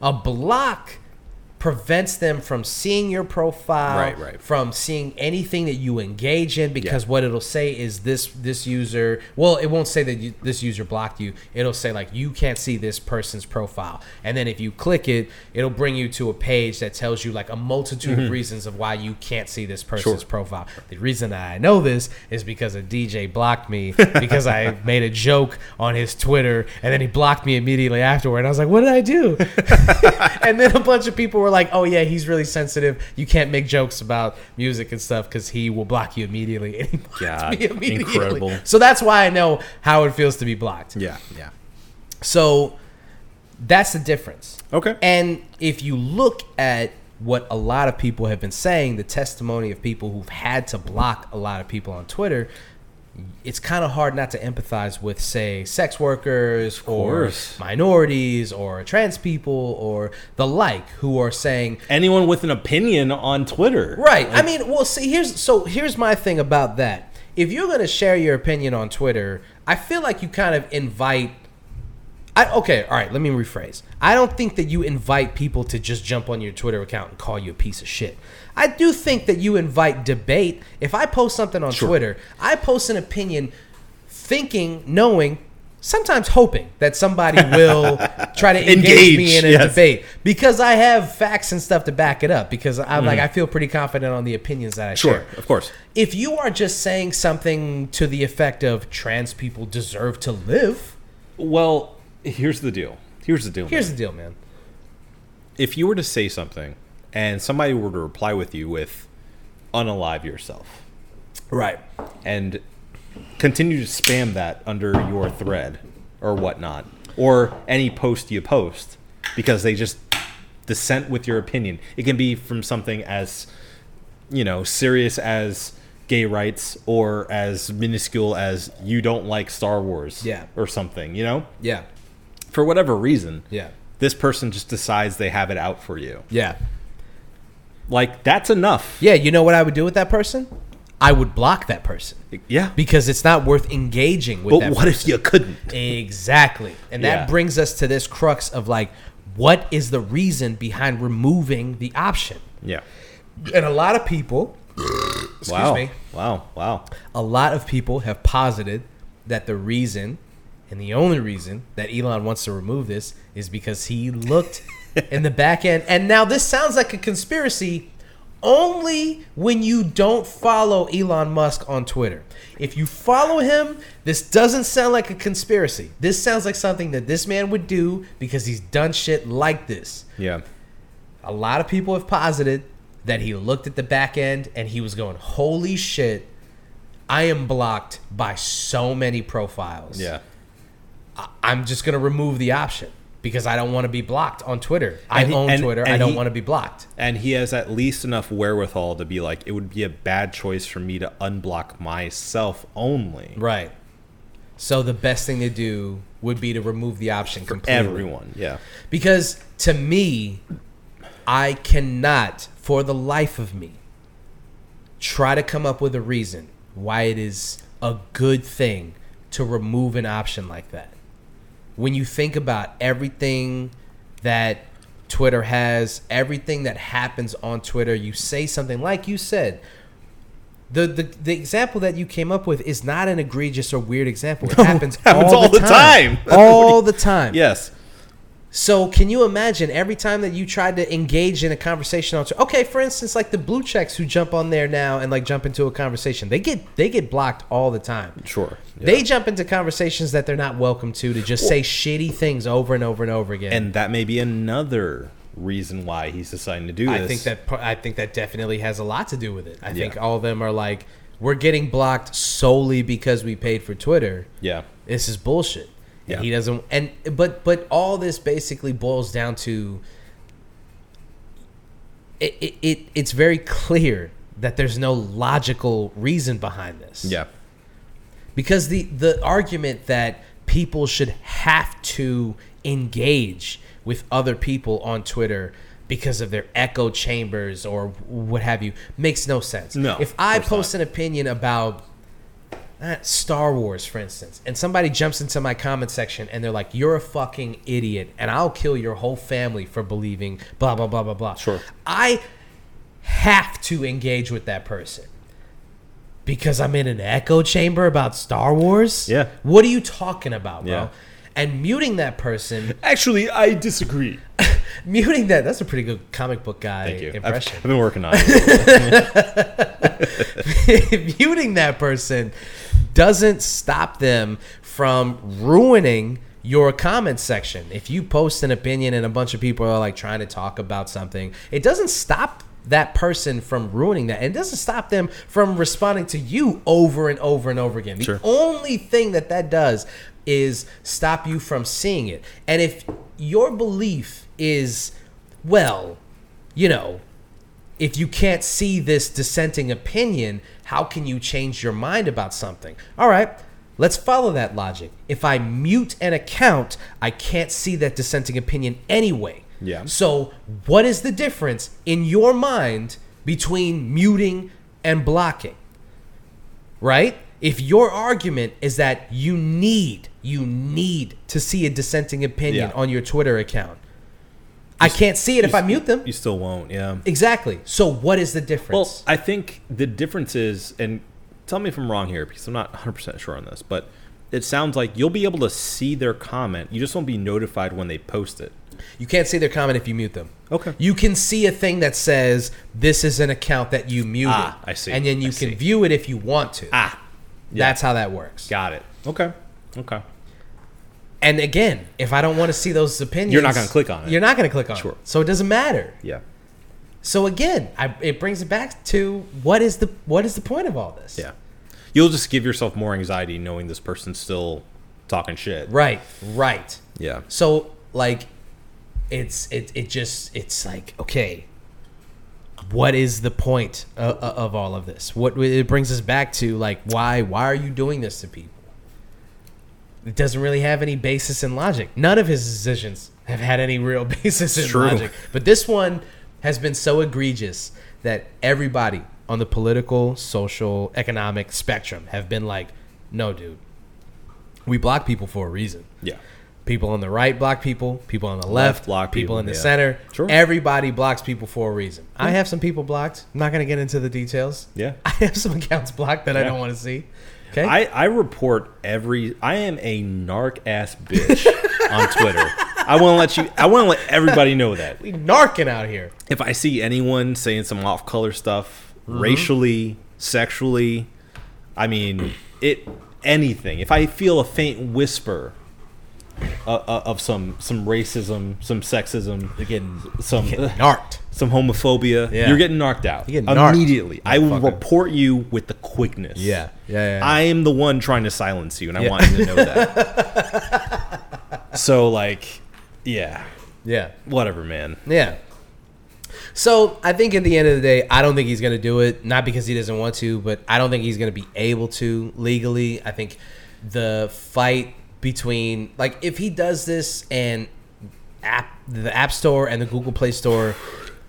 A block prevents them from seeing your profile, Right, right. from seeing anything that you engage in because what it'll say is this this user, well, it won't say that you, this user blocked you. It'll say like you can't see this person's profile. And then if you click it, it'll bring you to a page that tells you like a multitude Mm-hmm. of reasons of why you can't see this person's profile. The reason that I know this is because a DJ blocked <laughs> me because I made a joke on his Twitter and then he blocked me immediately afterward. And I was like, what did I do? and then a bunch of people were like, oh, yeah, he's really sensitive. You can't make jokes about music and stuff because he will block you immediately. <laughs> And he blocked God, me immediately. incredible. So that's why I know how it feels to be blocked. Yeah. Yeah. So that's the difference. Okay. And if you look at what a lot of people have been saying, the testimony of people who've had to block a lot of people on Twitter, it's kind of hard not to empathize with, say, sex workers or course. minorities or trans people or the like who are saying, Anyone with an opinion on Twitter. Right. I mean, well, see, here's so here's my thing about that. If you're gonna share your opinion on Twitter, I feel like you kind of invite. I okay. All right. Let me rephrase. I don't think that you invite people to just jump on your Twitter account and call you a piece of shit. I do think that you invite debate. If I post something on Twitter, I post an opinion, thinking, knowing. Sometimes hoping that somebody <laughs> will try to engage, me Engage, in a yes. debate debate because I have facts and stuff to back it up because I'm like I feel pretty confident on the opinions that I Mm-hmm. Sure. share. Of course. If you are just saying something to the effect of trans people deserve to live, Well, here's the deal. Here's the deal. here's man. the deal, man. if you were to say something and somebody were to reply with you with unalive yourself Right. and continue to spam that under your thread or whatnot or any post you post because they just dissent with your opinion it can be from something as you know serious as gay rights or as minuscule as you don't like star wars Yeah. or something you know Yeah. for whatever reason Yeah. this person just decides they have it out for you Yeah. like that's enough Yeah, you know what I would do with that person? I would block that person yeah because it's not worth engaging with but that what if you couldn't Exactly. And that Yeah. brings us to this crux of like what is the reason behind removing the option? yeah And a lot of people wow me. wow wow a lot of people have posited that the reason and the only reason that Elon wants to remove this is because he looked in the back end. And now this sounds like a conspiracy only when you don't follow Elon Musk on Twitter. If you follow him, this doesn't sound like a conspiracy. This sounds like something that this man would do because he's done shit like this. Yeah. A lot of people have posited that he looked at the back end and he was going, "Holy shit, I am blocked by so many profiles." Yeah. I- I'm just gonna remove the option because I don't want to be blocked on Twitter. I And he- own and- Twitter. and I don't he- want to be blocked. And he has at least enough wherewithal to be like, it would be a bad choice for me to unblock myself only. Right. So the best thing to do would be to remove the option completely. Everyone. Yeah. Because to me, I cannot, for the life of me, try to come up with a reason why it is a good thing to remove an option like that. When you think about everything that Twitter has, everything that happens on Twitter, you say something like you said. The, the, the example that you came up with is not an egregious or weird example. It <laughs> happens, happens all, the time. <laughs> All the time. Yes. So can you imagine every time that you tried to engage in a conversation on Twitter? Okay, for instance, like the blue checks who jump on there now and like jump into a conversation, they get they get blocked all the time. Sure. Yeah. They jump into conversations that they're not welcome to to just say shitty things over and over and over again. and that may be another reason why he's deciding to do this. I think that par- I think that definitely has a lot to do with it. I think Yeah. all of them are like, we're getting blocked solely because we paid for Twitter. Yeah. this is bullshit. And Yeah. He doesn't and but but all this basically boils down to it, it, it it's very clear that there's no logical reason behind this. Yeah. Because the the argument that people should have to engage with other people on Twitter because of their echo chambers or what have you makes no sense. No, If of I course post an opinion about uh, Star Wars, for instance, and somebody jumps into my comment section and they're like, "You're a fucking idiot," and I'll kill your whole family for believing blah blah blah blah blah. Sure. I have to engage with that person because I'm in an echo chamber about Star Wars. Yeah. What are you talking about, bro? Yeah. And muting that person, <laughs> Actually, I disagree. muting that—that's a pretty good comic book guy Thank you. I've- impression. I've, been <laughs> working on it. muting that person doesn't stop them from ruining your comment section. If you post an opinion and a bunch of people are like trying to talk about something, it doesn't stop that person from ruining that. And it doesn't stop them from responding to you over and over and over again. The Sure. only thing that that does is stop you from seeing it. And if your belief is, well, you know, if you can't see this dissenting opinion, how can you change your mind about something? All right, let's follow that logic. If I mute an account, I can't see that dissenting opinion anyway. Yeah. So, what is the difference in your mind between muting and blocking? right? If your argument is that you need you need to see a dissenting opinion Yeah. on your Twitter account, I can't see it if I mute them. you still won't. Yeah. exactly. So what is the Well, difference? I think the difference is, and tell me if I'm wrong here because I'm not 100% sure on this, but it sounds like you'll be able to see their comment. You just won't be notified when they post it. you can't see their comment if you mute them. Okay. You can see a thing that says this is an account that you muted. Ah, I see. And then you I can see. view it if you want to. Ah, That's how that works. got it. Okay. Okay. And again, if I don't want to see those opinions, You're not gonna click on it. You're not going to click on Sure. it. So it doesn't matter. Yeah. So again, I, it brings it back to what is the what is the point of all this? Yeah. You'll just give yourself more anxiety knowing this person's still talking shit. Right. Right. Yeah. So like, it's it it just it's like okay, what is the point of, of all of this? What it brings us back to like why why are you doing this to people? It doesn't really have any basis in logic. None of his decisions have had any real <laughs> basis in True. logic. But this one has been so egregious that everybody on the political, social, economic spectrum have been like, no, dude, we block people for a reason. Yeah. People on the right block people. People on the left, block people, people, in the yeah. center. Sure. Everybody blocks people for a reason. I have some people blocked. I'm not going to get into the details. <laughs> Yeah. I have some accounts blocked that I Yeah. don't want to see. Okay. <laughs> I, I report every. I am a narc ass bitch on Twitter. I want to let you. I want to let everybody know that We narking out here. if I see anyone saying some off-color stuff, Mm-hmm. racially, sexually, I mean, it anything. If I feel a faint whisper uh, uh, of some some racism, some sexism, You're getting some uh, narked. some homophobia, Yeah. you're getting narked out You're getting narked, immediately. I will motherfucker. report you with the quickness. Yeah, yeah, yeah. I am the one trying to silence you, and I Yeah. want you to know that. <laughs> so, like, yeah, yeah. whatever, man. Yeah. So I think at the end of the day, I don't think he's going to do it. Not because he doesn't want to, but I don't think he's going to be able to legally. I think the fight between, like, if he does this and app, the App Store and the Google Play Store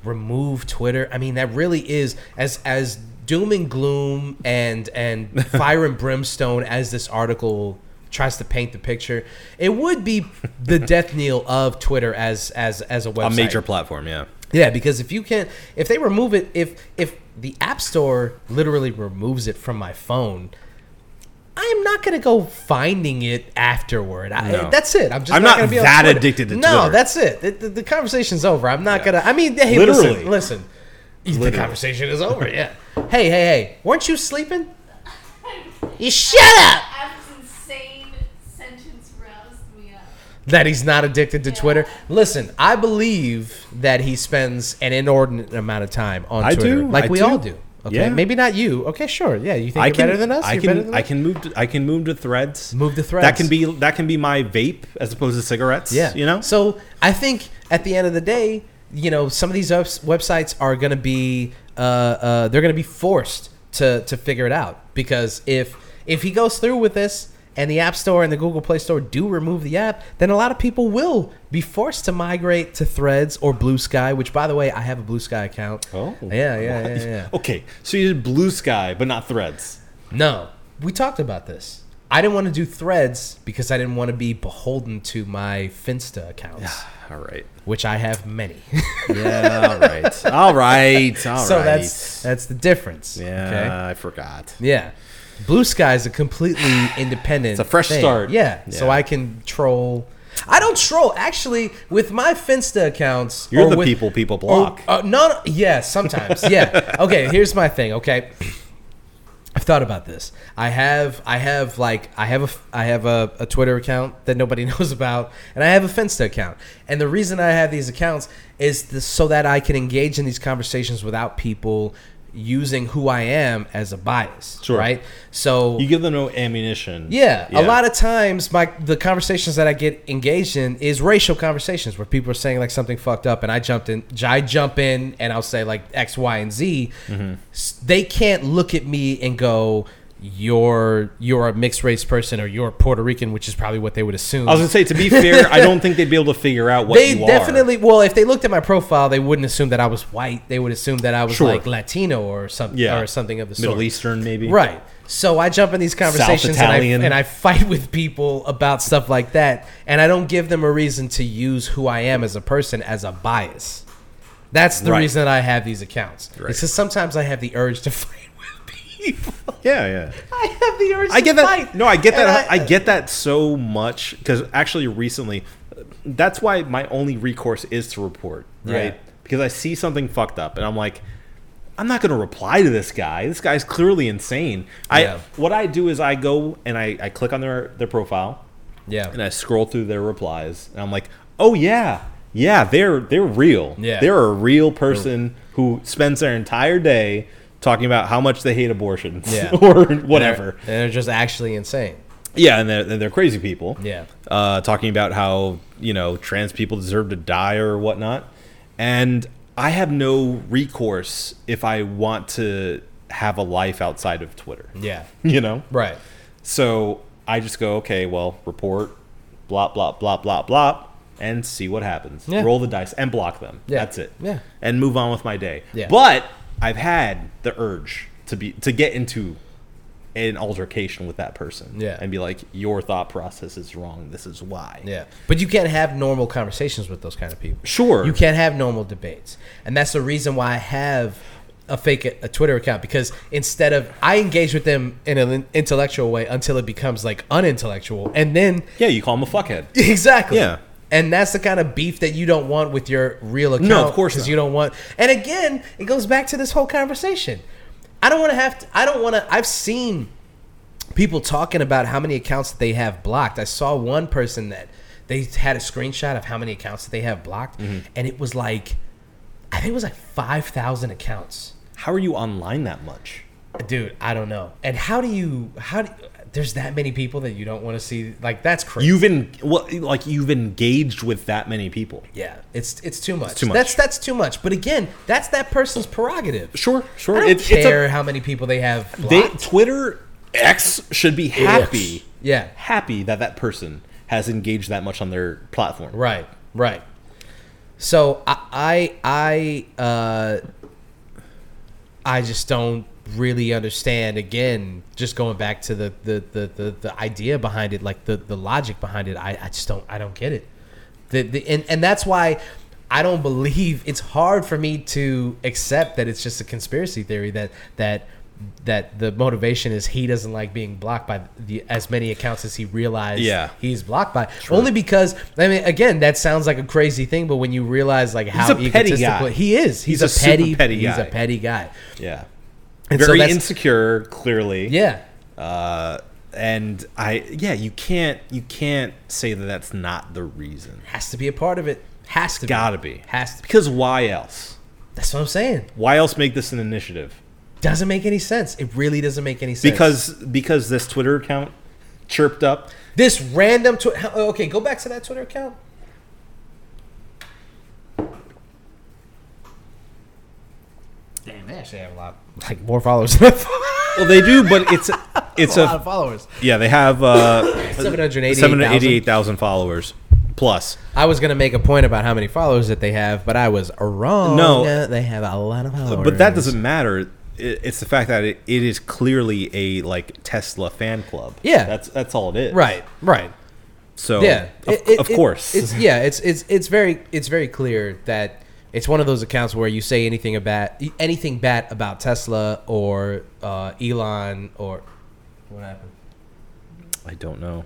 remove Twitter, I mean, that really is as as doom and gloom and and fire and brimstone as this article tries to paint the picture. It would be the death knell of Twitter as as as a website. A major platform, yeah. Yeah, because if you can, if they remove it, if if the App Store literally removes it from my phone, I am not gonna go finding it afterward. I, No. That's it. I'm just. I'm not gonna be on that Twitter. addicted to no, Twitter. that's it. The, the, the conversation's over. I'm not gonna. I mean, hey, Literally. listen, listen. Literally. The conversation is over. Yeah. hey, hey, hey. Weren't you sleeping? You shut up. Ab's insane sentence roused me up. that he's not addicted to Twitter. Listen, I believe that he spends an inordinate amount of time on I Twitter, do, like I we do. all do. Okay, Yeah. maybe not you. Okay, sure. Yeah, you think I you're can, better than us. I you're can, better than I us? can move. To, I can move to threads. Move to That Threads. can be. That can be my vape as opposed to cigarettes. Yeah, you know. So I think at the end of the day, you know, some of these webs- websites are going to be uh, uh, they're going to be forced to to figure it out because if if he goes through with this and the App Store and the Google Play Store do remove the app, then a lot of people will be forced to migrate to Threads or Blue Sky. Which, by the way, I have a Blue Sky account. Oh. yeah, yeah, yeah, <laughs> yeah. okay, so you did blue sky, but <sighs> not threads. No, we talked about this. I didn't want to do Threads because I didn't want to be beholden to my Finsta accounts, All right. which I have many. <laughs> Yeah. All right. all right. All right. so that's that's the difference. Yeah. Okay. I forgot. Yeah. Blue Sky is a <sighs> completely independent. It's a fresh start. Yeah. So Yeah. I can troll. I don't troll actually with my Finsta accounts. You're or the with- people people or- block. uh, no, no. Yeah. Sometimes. Yeah. <laughs> Okay. Here's my thing. Okay. I've thought about this. I have, I have like, I have a, I have a, a Twitter account that nobody <laughs> knows about, and I have a Finsta account. And the reason I have these accounts is the, so that I can engage in these conversations without people using who I am as a bias, Sure. right? So you give them no ammunition. yeah, a lot of times my the conversations that I get engaged in is racial conversations where people are saying like something fucked up, and I jumped in, I jump in, and I'll say like X, Y, and Z. Mm-hmm. S- They can't look at me and go, "You're you're a mixed race person" or "You're Puerto Rican," which is probably what they would assume. I was gonna say to be fair, I don't think they'd be able to figure out what they you definitely well, if they looked at my profile, they wouldn't assume that I was white. They would assume that I was Sure. like Latino or something Yeah. or something of the are. Middle sort. Eastern maybe. Right. So I jump in these conversations and I, Italian. and I fight with people about stuff like that, and I don't give them a reason to use who I am as a person as a bias. That's the Right. reason I have these accounts. Right. Because sometimes I have the urge to <laughs> fight with people. Yeah. Yeah. I have the urge. I get to that. Fight. No, I get And that. I, get that so much because actually, recently, that's why my only recourse is to report, right? Yeah. Because I see something fucked up, and I'm like, I'm not going to reply to this guy. This guy's clearly insane. Yeah. I what I do is I go and I, I click on their their profile Yeah. and I scroll through their replies, and I'm like, oh yeah, yeah, they're they're real. Yeah. they're a real person who spends their entire day talking about how much they hate abortions Yeah. <laughs> or whatever. And they're just actually insane. Yeah, and they're, and they're crazy people. Yeah. Uh, talking about how, you know, trans people deserve to die or whatnot. And I have no recourse if I want to have a life outside of Twitter, Yeah. <laughs> you know? Right. So I just go, okay, well, report, blop, blop, blop, blop, blop, and see what happens. Yeah. Roll the dice and block them. Yeah. That's it. Yeah. And move on with my day. Yeah. But I've had the urge to be to get into an altercation with that person. Yeah. And be like, your thought process is wrong. This is why. Yeah. But you can't have normal conversations with those kind of people. Sure. You can't have normal debates. And that's the reason why I have a fake a Twitter account because instead of I engage with them in an intellectual way until it becomes like unintellectual and then Yeah, you call them a fuckhead. <laughs> exactly. Yeah. And that's the kind of beef that you don't want with your real account. No, of course 'cause not. you don't want. And again, it goes back to this whole conversation. I don't want to have to. I don't want to. I've seen people talking about how many accounts that they have blocked. I saw one person that they had a screenshot of how many accounts that they have blocked, Mm-hmm. and it was like, I think it was like five thousand accounts. How are you online that much? Dude, I don't know. And how do you? How do? There's that many people that you don't want to see. Like that's crazy. You've been well, like you've engaged with that many people. Yeah, it's it's too much. too much. That's that's too much. But again, that's that person's prerogative. Sure, sure. I don't It's- it's a- care how many people they have. They, blocked. Twitter X should be happy, yeah. happy that that person has engaged that much on their platform. Right. Right. So I I I, uh, I just don't really understand. Again, just going back to the the, the, the, the idea behind it, like the, the logic behind it. I, I just don't I don't get it. The, the and, and that's why I don't believe it's hard for me to accept that it's just a conspiracy theory that that that the motivation is he doesn't like being blocked by the as many accounts as he realized Yeah. he's blocked by only because I mean again that sounds like a crazy thing but when you realize like how a petty guy. egotistical- he is he's, He's a a, super petty, petty he's guy. a petty guy Yeah. And so Very that's- insecure, clearly. yeah Uh, and I, yeah, you can't, you can't say that that's not the reason. has to be a part of it has to Gotta be. has to be Because why else? that's what I'm saying Why else make this an initiative? doesn't make any sense it really doesn't make any sense Because because this Twitter account chirped up. This random Twitter. Okay, go back to that Twitter account. Damn, they actually have a lot, like more followers. Than I <laughs> thought. Well, they do, <laughs> but it's it's a lot of a followers. yeah. They have uh, 788,000. seven hundred eighty-eight thousand followers plus. I was gonna make a point about how many followers that they have, but I was wrong. No. Uh, they have a lot of followers. But that doesn't matter. It, it's the fact that it, it is clearly a like Tesla fan club. Yeah. that's that's all it is. Right. Right. So yeah, Oh, of, It- it- of it- course. It's, yeah, it's it's it's very it's very clear that it's one of those accounts where you say anything about anything bad about Tesla or uh, Elon or what happened. I don't know.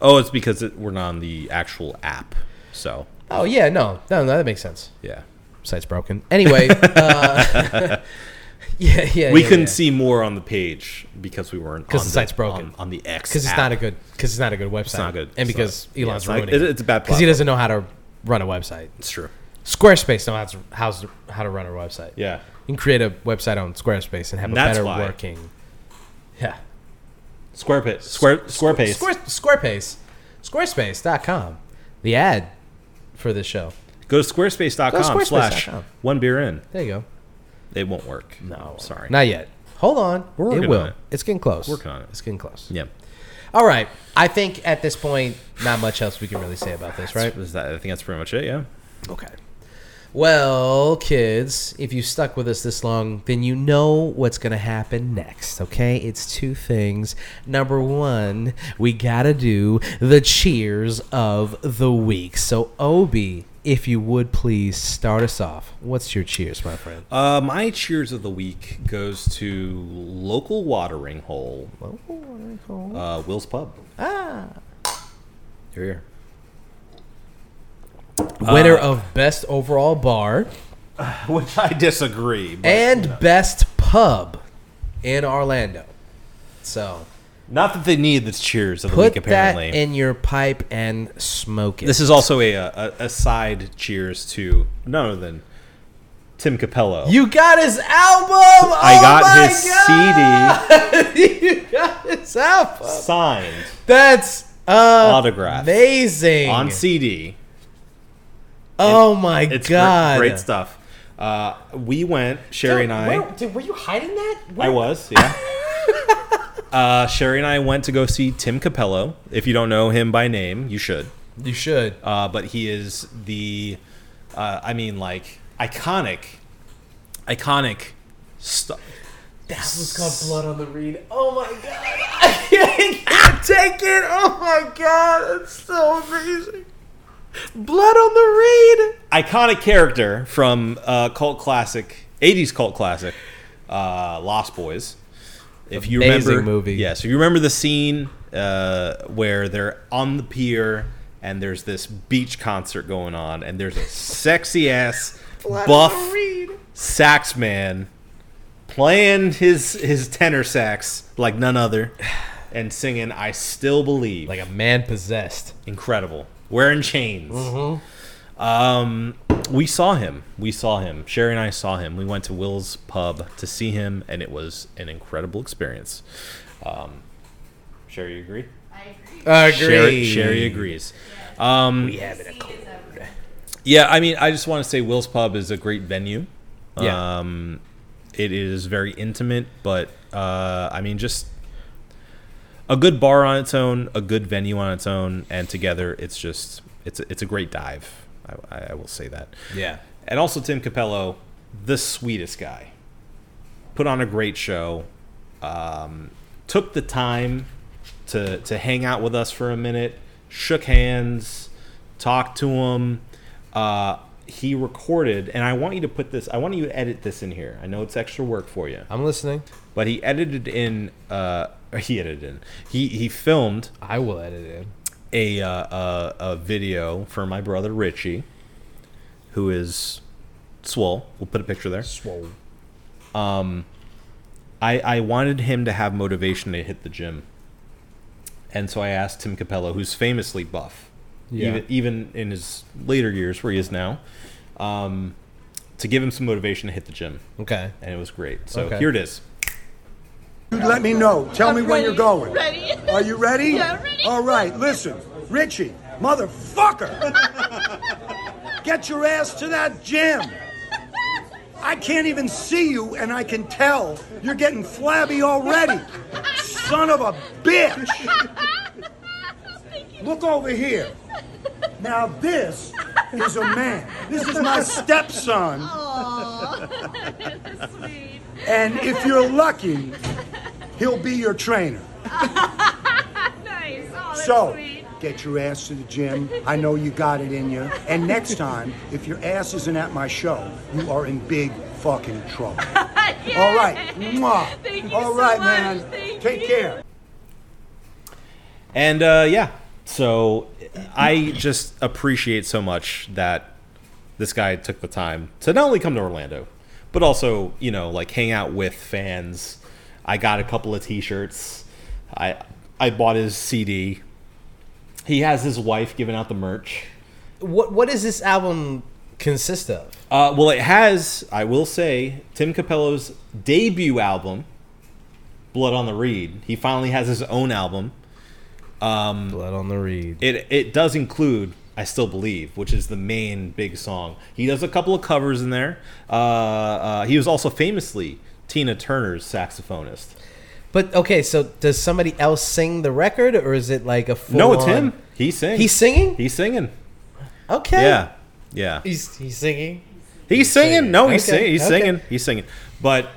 Oh, it's because it, we're not on the actual app. So Oh yeah, no, no, no, that makes sense. yeah, Site's broken. Anyway, <laughs> uh, <laughs> yeah, yeah, we couldn't see more on the page because we weren't 'Cause on the site's broken. on, on the X because it's app. not a good because it's not a good website. not good. and It's because not- yeah, Elon's it's not- ruining it- it. it's a bad because he platform. doesn't know how to run a website. It's true. Squarespace know how to how's, how to run a website. Yeah. You can create a website on Squarespace and have And a that's better why. working. Yeah. Square pit. Square square pace. Square, Squarespace. Squarespace.com. The ad for this show. Go to squarespace.com Go to squarespace dot slash com. one beer in. There you go. It won't work. Sorry. Not yet. Hold on. We're working it will. on it. It's getting close. Working on it. It's getting close. yeah. All right. I think at this point, not much else we can really say about this, right? Is that, I think that's pretty much it, yeah. Okay. Well, kids, if you stuck with us this long, then you know what's going to happen next, okay? It's two things. Number one, we got to do the cheers of the week. So, Obi, if you would please start us off. What's your cheers, my friend? Uh, my cheers of the week goes to local watering hole, uh, Will's Pub. <laughs> Ah. Here, here. Winner of Best Overall Bar Which I disagree. But and Best Pub in Orlando. So, not that they need the cheers of the put week, that apparently. in your pipe and smoke it. This is also a, a, a side cheers to none other than Tim Capello. You got his album. I Oh got my his CD. you got his album. signed That's Autographed. amazing. on CD. oh my It's gr- god. Great, stuff. Uh, we went, Sherry and I. Where- dude, were you hiding that? I Where- was, yeah. <laughs> uh, Sherry and I went to go see Tim Capello. If you don't know him by name, you should. You should. Uh, but he is the, uh, I mean, like iconic, iconic stuff. That was called blood on the reed. Oh my god. <laughs> I can't take it. Oh my god. It's so amazing. Blood on the reed. Iconic character from uh, cult classic, '80s cult classic, uh, Lost Boys. If you Amazing remember, movie. yes, if you remember the scene uh, where they're on the pier and there's this beach concert going on, and there's a sexy ass Flat buff as a reed. sax man playing his his tenor sax like none other, and singing "I Still Believe." Like a man possessed. incredible. Wearing chains. Um, we saw him. We saw him. Sherry and I saw him. We went to Will's pub to see him, and it was an incredible experience. Um, Sherry, you agree? I agree. Sherry, Sherry agrees. Um, We having a He is a yeah, I mean, I just want to say Will's Pub is a great venue. Yeah. Um, it is very intimate, but uh, I mean, just a good bar on its own, a good venue on its own, and together, it's just it's a, it's a great dive. I, I- I will say that. Yeah. And also Tim Capello, the sweetest guy. Put on a great show. Um, took the time to to hang out with us for a minute. Shook hands, talked to him. Uh, he recorded, and I want you to put this. I want you to edit this in here. I know it's extra work for you, I'm listening. but he edited in. Uh, <laughs> he edited in. He he filmed I will edit it. a, uh, a a video for my brother Richie, who is swole. We'll put a picture there. Swole. I, I wanted him to have motivation to hit the gym, and so I asked Tim Capello, who's famously buff, Yeah. even, even in his later years where he is now, um, to give him some motivation to hit the gym, Okay. and it was great. So Okay. here it is. You let me know. Tell me when you're going. Ready? Are you ready? Yeah, I'm ready. All right, listen. Richie, <laughs> motherfucker. Get your ass to that gym. I can't even see you, and I can tell you're getting flabby already. Son of a <laughs> bitch. Look over here. Now, this is a man. This is my stepson. <laughs> sweet. And if you're lucky, he'll be your trainer. Nice. Oh, that's So, sweet. get your ass to the gym. I know you got it in you. And next time, if your ass isn't at my show, you are in big fucking <laughs> trouble. All right. Mwah. Thank you All so right, much. man. Thank Take you. care. And uh, yeah, so I just appreciate so much that this guy took the time to not only come to Orlando, but also you know like hang out with fans. I got a couple of T-shirts. I I bought his CD. He has his wife giving out the merch. What What does this album consist of? Uh, well, it has, I will say, Tim Capello's debut album, Blood on the Reed. He finally has his own album. Mm. Blood on the Reed. it it does include I still believe, which is the main big song. He does a couple of covers in there. Uh, uh, he was also famously Tina Turner's saxophonist. But okay, so does somebody else sing the record, or is it like a full no, it's him. He sings. He's singing. He's singing. okay. Yeah, yeah. He's he's singing. He's singing. singing. No, he's Okay, singing. He's okay. singing. He's singing. But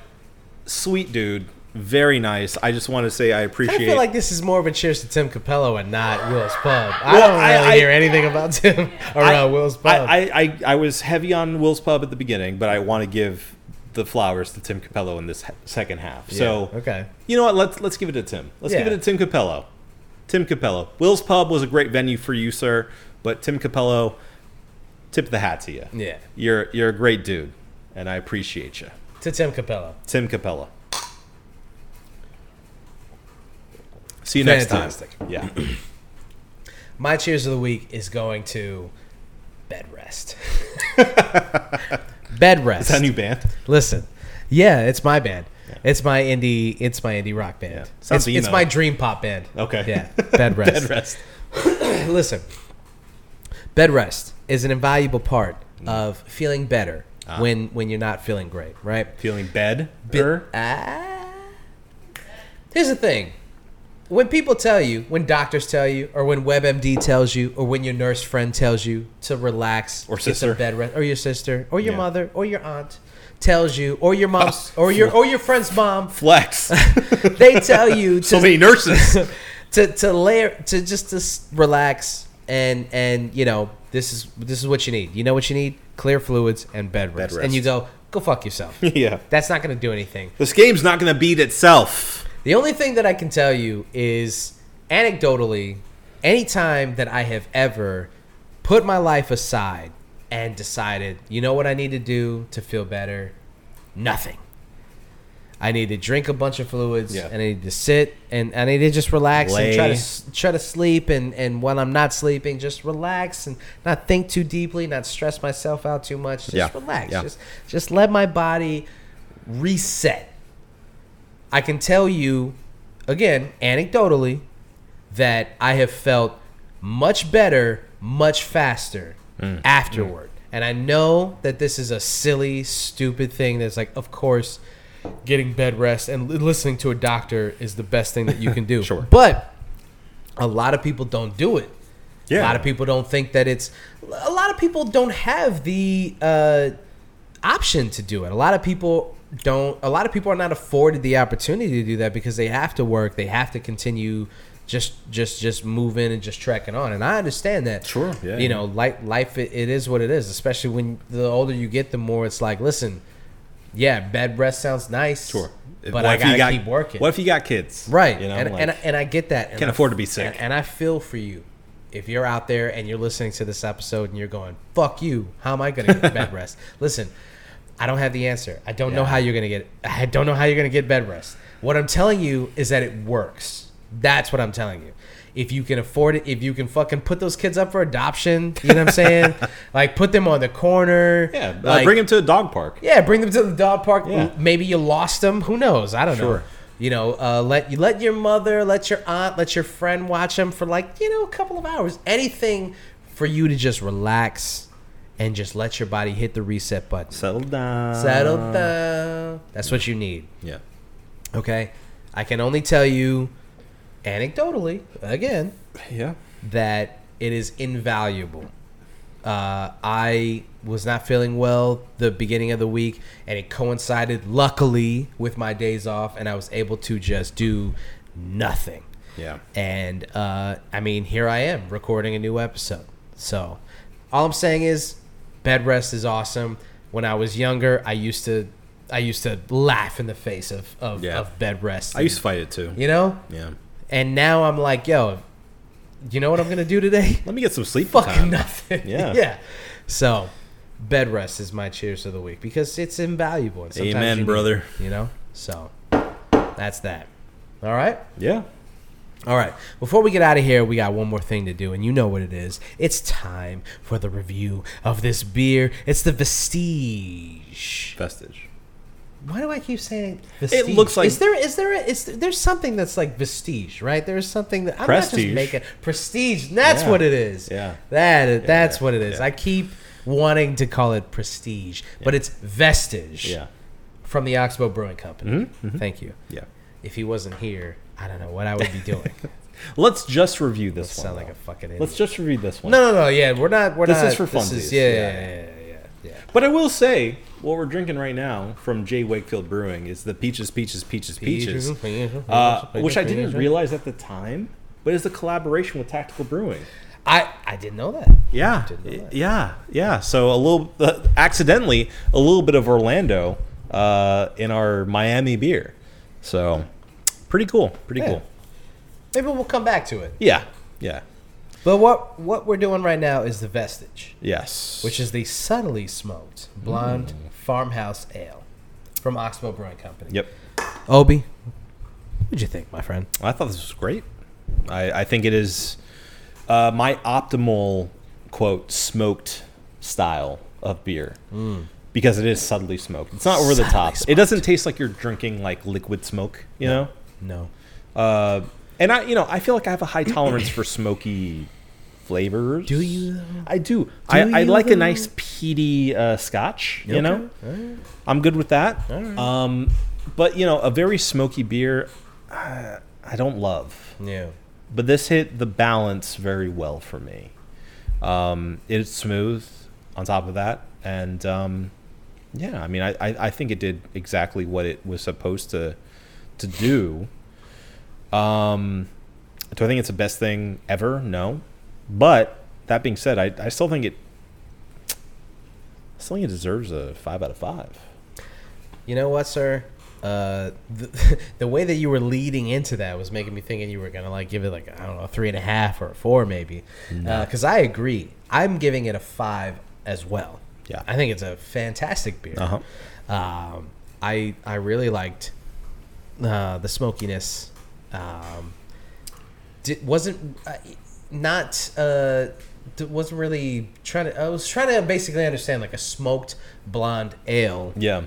sweet dude, very nice. I just want to say I I appreciate. feel like this is more of a cheers to Tim Capello and not Will's Pub. I Well, don't I- really I- hear anything about Tim <laughs> or uh, Will's Pub. I, I, I, I was heavy on Will's Pub at the beginning, but I want to give the flowers to Tim Capello in this he- second half. So okay. you know what? Let's let's give it to Tim. Let's give it Yeah. to Tim Capello. Tim Capello. Will's Pub was a great venue for you, sir. But Tim Capello, tip the hat to you. Yeah. you're you're a great dude, and I appreciate you, to Tim Capello. Tim Capello. See you Fantastic. next time. Yeah. <clears throat> My cheers of the week is going to bed <laughs> rest. bed rest. Is that a new band? Listen, yeah, it's my band. It's my indie. It's my indie rock band. Sounds It's, it's emo. my dream pop band. Okay. <laughs> Yeah. Bed rest. Bed rest. <clears throat> Listen, bed rest is an invaluable part Mm. of feeling better Ah. when when you're not feeling great, right? Feeling bed. Ah. Here's the thing. When people tell you, when doctors tell you, or when WebMD tells you, or when your nurse friend tells you to relax, Or get some sister. bed rest, or your sister, or your Yeah. mother, or your aunt tells you, or your <laughs> mom's, or your or your friend's mom, Flex. <laughs> they tell you to so many nurses. <laughs> to to layer to just to s- relax and and you know this is this is what you need. You know what you need? Clear fluids and bed rest. rest. And you go go fuck <laughs> yourself. yeah. That's not going to do anything. This game's not going to beat itself. The only thing that I can tell you is anecdotally, anytime that I have ever put my life aside and decided, you know what I need to do to feel better? Nothing. I need to drink a bunch of fluids Yeah. and I need to sit and I need to just relax and try to Lay. s- try to sleep and and when I'm not sleeping, just relax and not think too deeply, not stress myself out too much. Just Yeah. relax. Yeah. Just just let my body reset. I can tell you again, anecdotally, that I have felt much better, much faster Mm. afterward. And I know that this is a silly, stupid thing that's like, of course, getting bed rest and li- listening to a doctor is the best thing that you can do. <laughs> Sure. But a lot of people don't do it. Yeah. A lot of people don't think that it's. A lot of people don't have the uh, option to do it. A lot of people don't. A lot of people are not afforded the opportunity to do that because they have to work. They have to continue just just just moving and just trekking on. And I understand that. Sure, yeah, You know, life life it, it is what it is. Especially when the older you get, the more it's like, listen, yeah, bed rest sounds nice. Sure. But What I if you gotta got- keep working. What if you got kids? Right. You know, and, like- and, and I get that. And Can't I- afford to be sick. And, and I feel for you. If you're out there and you're listening to this episode and you're going, fuck you, how am I going to get <laughs> bed rest? Listen, I don't have the answer. I don't know Yeah. how you're going to get I don't know how you're going to get bed rest. What I'm telling you is that it works. That's what I'm telling you. If you can afford it, if you can fucking put those kids up for adoption, you know what I'm <laughs> saying? like put them on the corner. yeah, uh, like- bring him to a dog park. yeah, bring them to the dog park. Yeah. Maybe you lost them. Who knows? I don't know. Sure. You know, uh, let you let your mother, let your aunt, let your friend watch them for like you know a couple of hours. Anything for you to just relax and just let your body hit the reset button. Settle down. Settle Uh. down. That's what you need. Yeah. Okay, I can only tell you, anecdotally, again, Yeah. that it is invaluable. Uh, I was not feeling well the beginning of the week, and it coincided, luckily, with my days off, and I was able to just do nothing. Yeah. And uh, I mean, here I am recording a new episode. So, all I'm saying is, bed rest is awesome. When I was younger, I used to, I used to laugh in the face of of, Yeah. of bed rest. I used to fight it too. you know, Yeah. and now I'm like, yo, you know what I'm gonna do today? <laughs> Let me get some sleep. Fucking time. nothing. <laughs> Yeah. yeah. So, bed rest is my cheers of the week because it's invaluable. And sometimes Amen, you need it, brother. you know. So, that's that. All right. Yeah. All right. Before we get out of here, we got one more thing to do, and you know what it is. It's time for the review of this beer. It's the Vestige. Vestige. Why do I keep saying Vestige? looks like- is there is there a, is there, there's something that's like Vestige, right? There's something that I'm not just Prestige. making Prestige. That's Yeah. what it is. Yeah. That is- that's yeah, what it is. yeah. I keep wanting to call it Prestige, but it's Vestige Yeah. Mm-hmm, from the Oxbow Brewing Company. Thank you. Yeah. If he wasn't here, I don't know what I would be doing. <laughs> Let's just review this one. sound like though. a fucking idiot. Let's just review this one. No, no, no. Yeah, we're not. We're This not. is for funsies, yeah, yeah, yeah. yeah, yeah, yeah, yeah. But I will say, what we're drinking right now from J. Wakefield Brewing is the peaches, peaches, peaches, peaches, uh, which I didn't realize at the time, but is a collaboration with Tactical Brewing. I I didn't know that. Yeah, Didn't know that. yeah, yeah. So a little, uh, accidentally, a little bit of Orlando uh, in our Miami beer. So pretty cool, pretty Yeah. cool. Maybe we'll come back to it. Yeah, yeah, But what what we're doing right now is the vestige, yes. which is the subtly smoked blonde farmhouse ale from Oxbow Brewing Company. yep. Obi, what'd you think, my friend? I thought this was great. I, I think it is uh, my optimal quote smoked style of beer because it is subtly smoked. It's not over the Mm. Subtly top. It smoked. doesn't taste like you're drinking like liquid smoke, you know. No. Uh, and I, you know, I feel like I have a high tolerance for smoky flavors. Do you? though? I do. I, I you, like though? a nice peaty uh, scotch. You know, I'm good with that. Um, but you know, a very smoky beer, uh, I don't love Yeah. but this hit the balance very well for me. Um, it's smooth on top of that, and um, yeah, I mean, I, I, I think it did exactly what it was supposed to to do. Um, do I think it's the best thing ever? No, but that being said, I, I still think it I still think it deserves a five out of five. You know what, sir? uh, <laughs> the, the way that you were leading into that was making me thinking you were gonna like give it like I don't know a three and a half or a four maybe, because I agree. I'm giving it a five as well. Yeah. I think it's a fantastic beer. Uh-huh. Um, I I really liked uh, the smokiness. Um, did, wasn't uh, not uh, d- wasn't really trying to. I was trying to basically understand like a smoked blonde ale Yeah.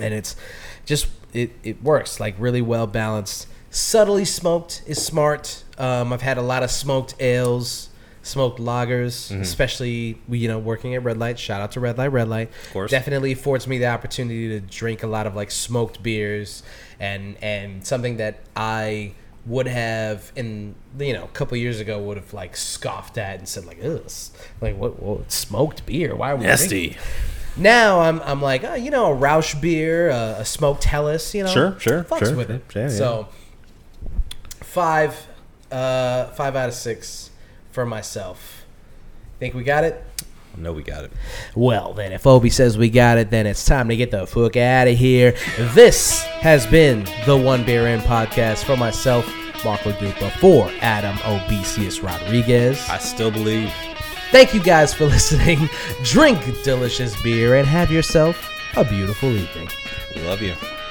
and it's just it, it works like really well balanced subtly smoked is smart um, i've had a lot of smoked ales smoked lagers Mm-hmm. especially you know working at red light shout out to red light red light of course. definitely affords me the opportunity to drink a lot of like smoked beers and and something that i would have in you know a couple years ago would have like scoffed at and said like Ugh, s- like what, what smoked beer why are we drinking Nasty. now I'm I'm like, oh, you know, a Roush beer, a, a smoked Helles, you know, Sure, sure, fucks sure, with sure, it. yeah, yeah. So five, uh, five out of six for myself. Think we got it? No, we got it. Well, then, if Obi says we got it, then it's time to get the fuck out of here. This has been the One Beer In podcast for myself, Mark Ladupa, for Adam Obesius Rodriguez. I still believe. Thank you guys for <laughs> listening. Drink delicious beer and have yourself a beautiful evening. We love you. uh,